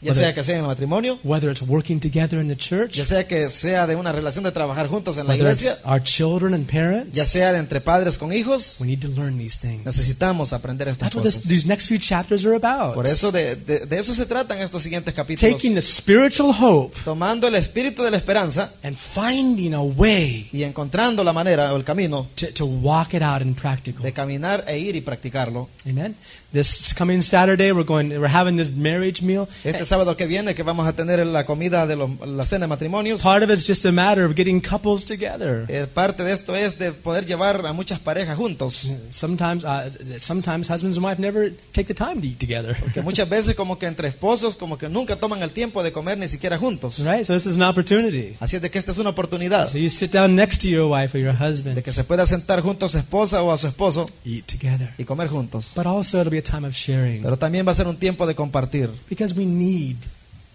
Speaker 3: Ya sea que sea en el matrimonio,
Speaker 2: whether it's working together in the church,
Speaker 3: ya sea que sea de una relación de trabajar juntos en la
Speaker 2: whether it's
Speaker 3: iglesia,
Speaker 2: our children and
Speaker 3: ya
Speaker 2: parents,
Speaker 3: sea de entre padres con hijos,
Speaker 2: we need to learn these things.
Speaker 3: necesitamos aprender estas
Speaker 2: That's what this,
Speaker 3: cosas.
Speaker 2: these next few chapters are
Speaker 3: Por
Speaker 2: about.
Speaker 3: eso de, de- de eso se tratan estos siguientes capítulos.
Speaker 2: Taking the spiritual hope
Speaker 3: Tomando el espíritu de la esperanza
Speaker 2: and finding a way
Speaker 3: y encontrando la manera o el camino
Speaker 2: to, to walk it out in practical.
Speaker 3: de caminar e ir y practicarlo.
Speaker 2: Amen. This coming Saturday, we're going. We're having this marriage meal.
Speaker 3: Este sábado que viene que vamos a tener la comida de los- la cena de matrimonios,
Speaker 2: Part of it's just a matter of getting couples together.
Speaker 3: eh, parte de esto es de poder llevar a muchas parejas juntos.
Speaker 2: Sometimes, uh, sometimes husbands and wife never take the time to eat together.
Speaker 3: Que muchas veces como que entre esposos como que nunca toman el tiempo de comer ni siquiera
Speaker 2: [LAUGHS]
Speaker 3: juntos.
Speaker 2: Right? So this is an opportunity.
Speaker 3: Así es de que esta es una oportunidad
Speaker 2: So you sit down next to your wife or your
Speaker 3: de
Speaker 2: husband,
Speaker 3: que se pueda sentar junto a su esposa o a su esposo
Speaker 2: eat together.
Speaker 3: y comer juntos.
Speaker 2: But also it'll be a time of sharing
Speaker 3: Pero también va a ser un tiempo de compartir,
Speaker 2: because we need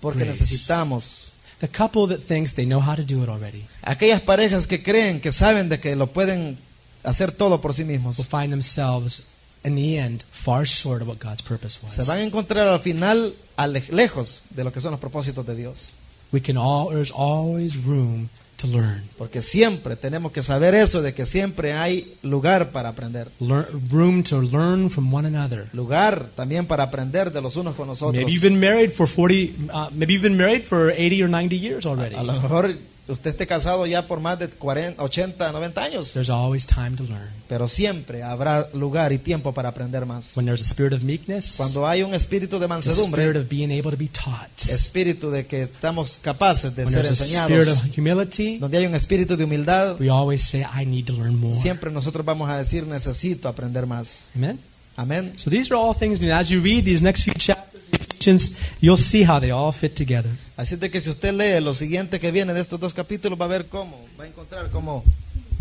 Speaker 3: porque
Speaker 2: Grace.
Speaker 3: necesitamos
Speaker 2: the couple that thinks they know how to do it already
Speaker 3: aquellas parejas que creen que saben de que lo pueden hacer todo por sí mismos.
Speaker 2: will find themselves in the end far short of what God's purpose
Speaker 3: Se van
Speaker 2: was.
Speaker 3: a encontrar al final ale- lejos de lo que son los propósitos de Dios.
Speaker 2: We can all there's always room to learn.
Speaker 3: Porque siempre tenemos que saber eso de que siempre hay lugar para aprender.
Speaker 2: learn room to learn from one another.
Speaker 3: Lugar también para aprender de los unos con los otros.
Speaker 2: Maybe you've been married for 40, uh, maybe you've been married for 80 or 90 years already.
Speaker 3: A lo mejor usted esté casado ya por más de 40, 80, 90 años,
Speaker 2: There's always time to learn.
Speaker 3: pero siempre habrá lugar y tiempo para aprender más.
Speaker 2: When there's a spirit of meekness,
Speaker 3: Cuando hay un espíritu de
Speaker 2: the spirit
Speaker 3: mansedumbre,
Speaker 2: of being able to be taught.
Speaker 3: espíritu de que estamos capaces de
Speaker 2: When
Speaker 3: ser
Speaker 2: there's a spirit of
Speaker 3: enseñados,
Speaker 2: humility,
Speaker 3: donde hay un espíritu de humildad,
Speaker 2: we always say, I need to learn more.
Speaker 3: siempre nosotros vamos a decir necesito aprender más.
Speaker 2: Amen?
Speaker 3: Amén.
Speaker 2: So these are all things, and as you read these next few chapters in Ephesians, you'll see how they all fit together.
Speaker 3: Así es de que si usted lee lo siguiente que viene de estos dos capítulos, va a ver cómo, va a encontrar cómo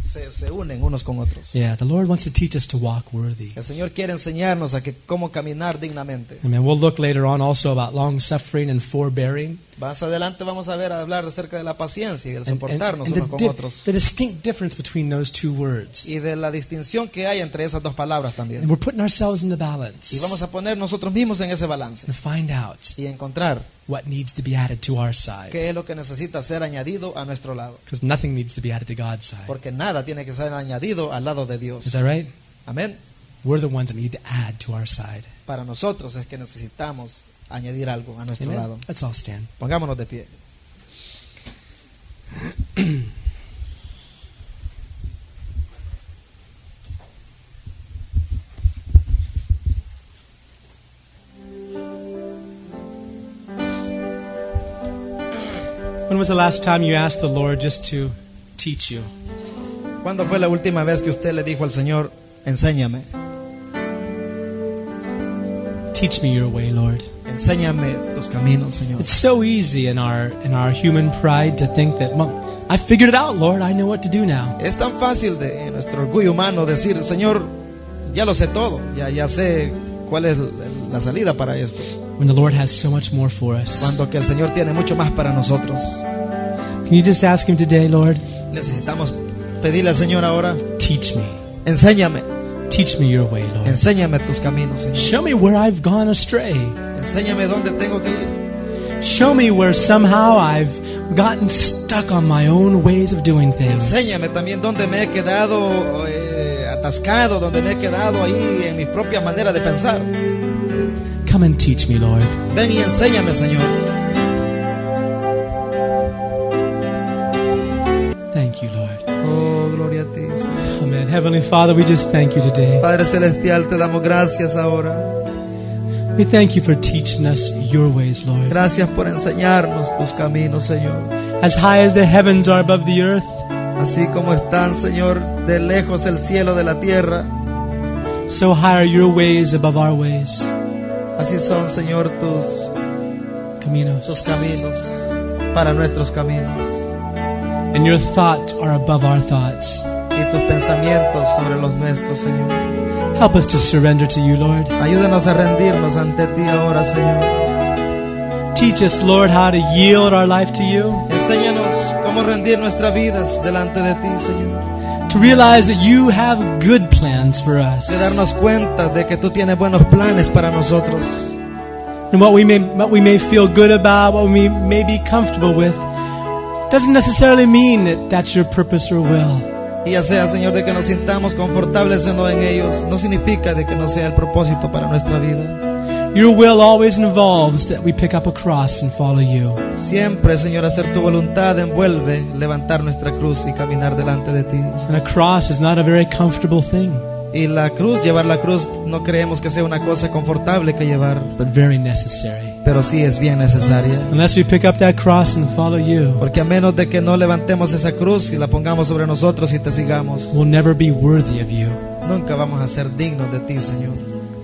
Speaker 3: se, se unen unos con otros.
Speaker 2: Yeah, the Lord wants to teach us to walk worthy.
Speaker 3: El Señor quiere enseñarnos a que cómo caminar dignamente.
Speaker 2: Amen. We'll look later on also about long suffering and forbearing.
Speaker 3: Más adelante vamos a ver a hablar acerca de la paciencia y el
Speaker 2: and, and-
Speaker 3: soportarnos
Speaker 2: and
Speaker 3: unos
Speaker 2: the,
Speaker 3: con
Speaker 2: di-
Speaker 3: otros
Speaker 2: the distinct difference between those two words.
Speaker 3: y de la distinción que hay entre esas dos palabras también.
Speaker 2: And we're putting ourselves in the
Speaker 3: Y vamos
Speaker 2: balance
Speaker 3: a poner nosotros mismos en ese balance
Speaker 2: and find out
Speaker 3: y encontrar
Speaker 2: what needs to be added to our side.
Speaker 3: qué es lo que necesita ser añadido a nuestro lado,
Speaker 2: Because nothing needs to be added to God's side.
Speaker 3: porque nada tiene que ser añadido al lado de Dios.
Speaker 2: Is that right?
Speaker 3: Amén.
Speaker 2: We're the ones that need to add to our side.
Speaker 3: Para nosotros es que necesitamos añadir algo a nuestro lado.
Speaker 2: Amen? Let's all stand.
Speaker 3: Pongámonos de pie.
Speaker 2: When was the last time you asked the Lord just to teach you?
Speaker 3: ¿Cuándo fue la última vez que usted le dijo al Señor, enséñame,
Speaker 2: Teach me your way, Lord.
Speaker 3: enséñame tus caminos, Señor?
Speaker 2: It's so easy in our in our human pride to think that well, I figured it out, Lord. I know what to do now.
Speaker 3: Es tan fácil de en nuestro orgullo humano decir, Señor, ya lo sé todo, ya, ya sé cuál es la- la salida para esto.
Speaker 2: When the Lord has so much more for us.
Speaker 3: Cuando que el Señor tiene mucho más para nosotros.
Speaker 2: Can you just ask him today, Lord?
Speaker 3: Necesitamos pedirle al Señor ahora,
Speaker 2: Teach me.
Speaker 3: enséñame,
Speaker 2: Teach me your way, Lord.
Speaker 3: enséñame tus caminos, Señor.
Speaker 2: Show me where I've gone astray.
Speaker 3: Enséñame dónde tengo que ir.
Speaker 2: Show me where somehow I've gotten stuck on my own ways of doing things.
Speaker 3: Enséñame también dónde me he quedado eh, atascado, dónde me he quedado ahí en mis propias maneras de pensar.
Speaker 2: Come and teach me, Lord.
Speaker 3: Ven y enséñame, Señor.
Speaker 2: Thank you, Lord.
Speaker 3: Oh, gloria a ti, Señor.
Speaker 2: Amen. Heavenly Father, we just thank you today.
Speaker 3: Padre Celestial, te damos gracias ahora.
Speaker 2: We thank you for teaching us your ways, Lord.
Speaker 3: Gracias por enseñarnos tus caminos, Señor.
Speaker 2: As high as the heavens are above the earth,
Speaker 3: Así como están, Señor, de lejos el cielo de la tierra.
Speaker 2: so high are your ways above our ways.
Speaker 3: Así son, Señor, tus, tus
Speaker 2: Caminos.
Speaker 3: caminos para nuestros caminos.
Speaker 2: And your thoughts are above our thoughts.
Speaker 3: Y tus pensamientos sobre los nuestros, Señor.
Speaker 2: Help us to surrender to you, Lord.
Speaker 3: Ayúdanos a rendirnos ante ti ahora, Señor.
Speaker 2: Teach us, Lord, how to yield our life to you,
Speaker 3: Enséñanos cómo rendir nuestras vidas delante de ti, Señor.
Speaker 2: to realize that you have good plans for
Speaker 3: De
Speaker 2: us.
Speaker 3: darnos cuenta de que tú tienes buenos planes para nosotros.
Speaker 2: And what we may, what we may feel good about, what we may be comfortable with, doesn't necessarily mean that that's your purpose or will.
Speaker 3: Y ya sea, Señor, de que nos sintamos confortables en, lo- en ellos, no significa de que no sea el propósito para nuestra vida.
Speaker 2: Your will always involves that we pick up a cross and follow you.
Speaker 3: Siempre, Señor, hacer tu voluntad envuelve levantar nuestra cruz y caminar delante de ti.
Speaker 2: And a cross is not a very comfortable thing,
Speaker 3: Y la cruz, llevar la cruz, no creemos que sea una cosa confortable que llevar,
Speaker 2: but very necessary.
Speaker 3: pero sí es bien necesaria.
Speaker 2: Unless we pick up that cross and follow you,
Speaker 3: Porque a menos de que no levantemos esa cruz y la pongamos sobre nosotros y te sigamos,
Speaker 2: we'll never be worthy of you,
Speaker 3: nunca vamos a ser dignos de ti, Señor.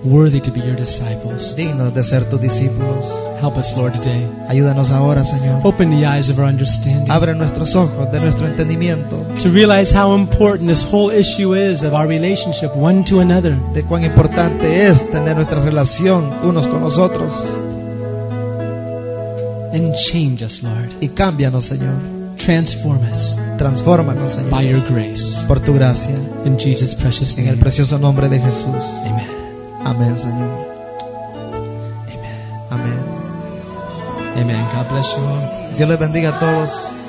Speaker 2: worthy to be your disciples.
Speaker 3: Dignos de ser tus discípulos.
Speaker 2: Help us, Lord, today.
Speaker 3: Ayúdanos ahora, Señor.
Speaker 2: Open the eyes of our understanding
Speaker 3: Abre nuestros ojos de nuestro entendimiento.
Speaker 2: to realize how important this whole issue is of our relationship one to another.
Speaker 3: de cuán importante es tener nuestra relación unos con los otros.
Speaker 2: And change us, Lord.
Speaker 3: Y cámbianos, Señor.
Speaker 2: Transform us
Speaker 3: Transfórmanos,
Speaker 2: by
Speaker 3: Señor,
Speaker 2: your grace.
Speaker 3: por tu gracia.
Speaker 2: In Jesus' precious
Speaker 3: En el
Speaker 2: name.
Speaker 3: precioso nombre de Jesús.
Speaker 2: Amen.
Speaker 3: Amén, Señor.
Speaker 2: Amen.
Speaker 3: Amén.
Speaker 2: Amen. God bless you all.
Speaker 3: Dios les bendiga a todos.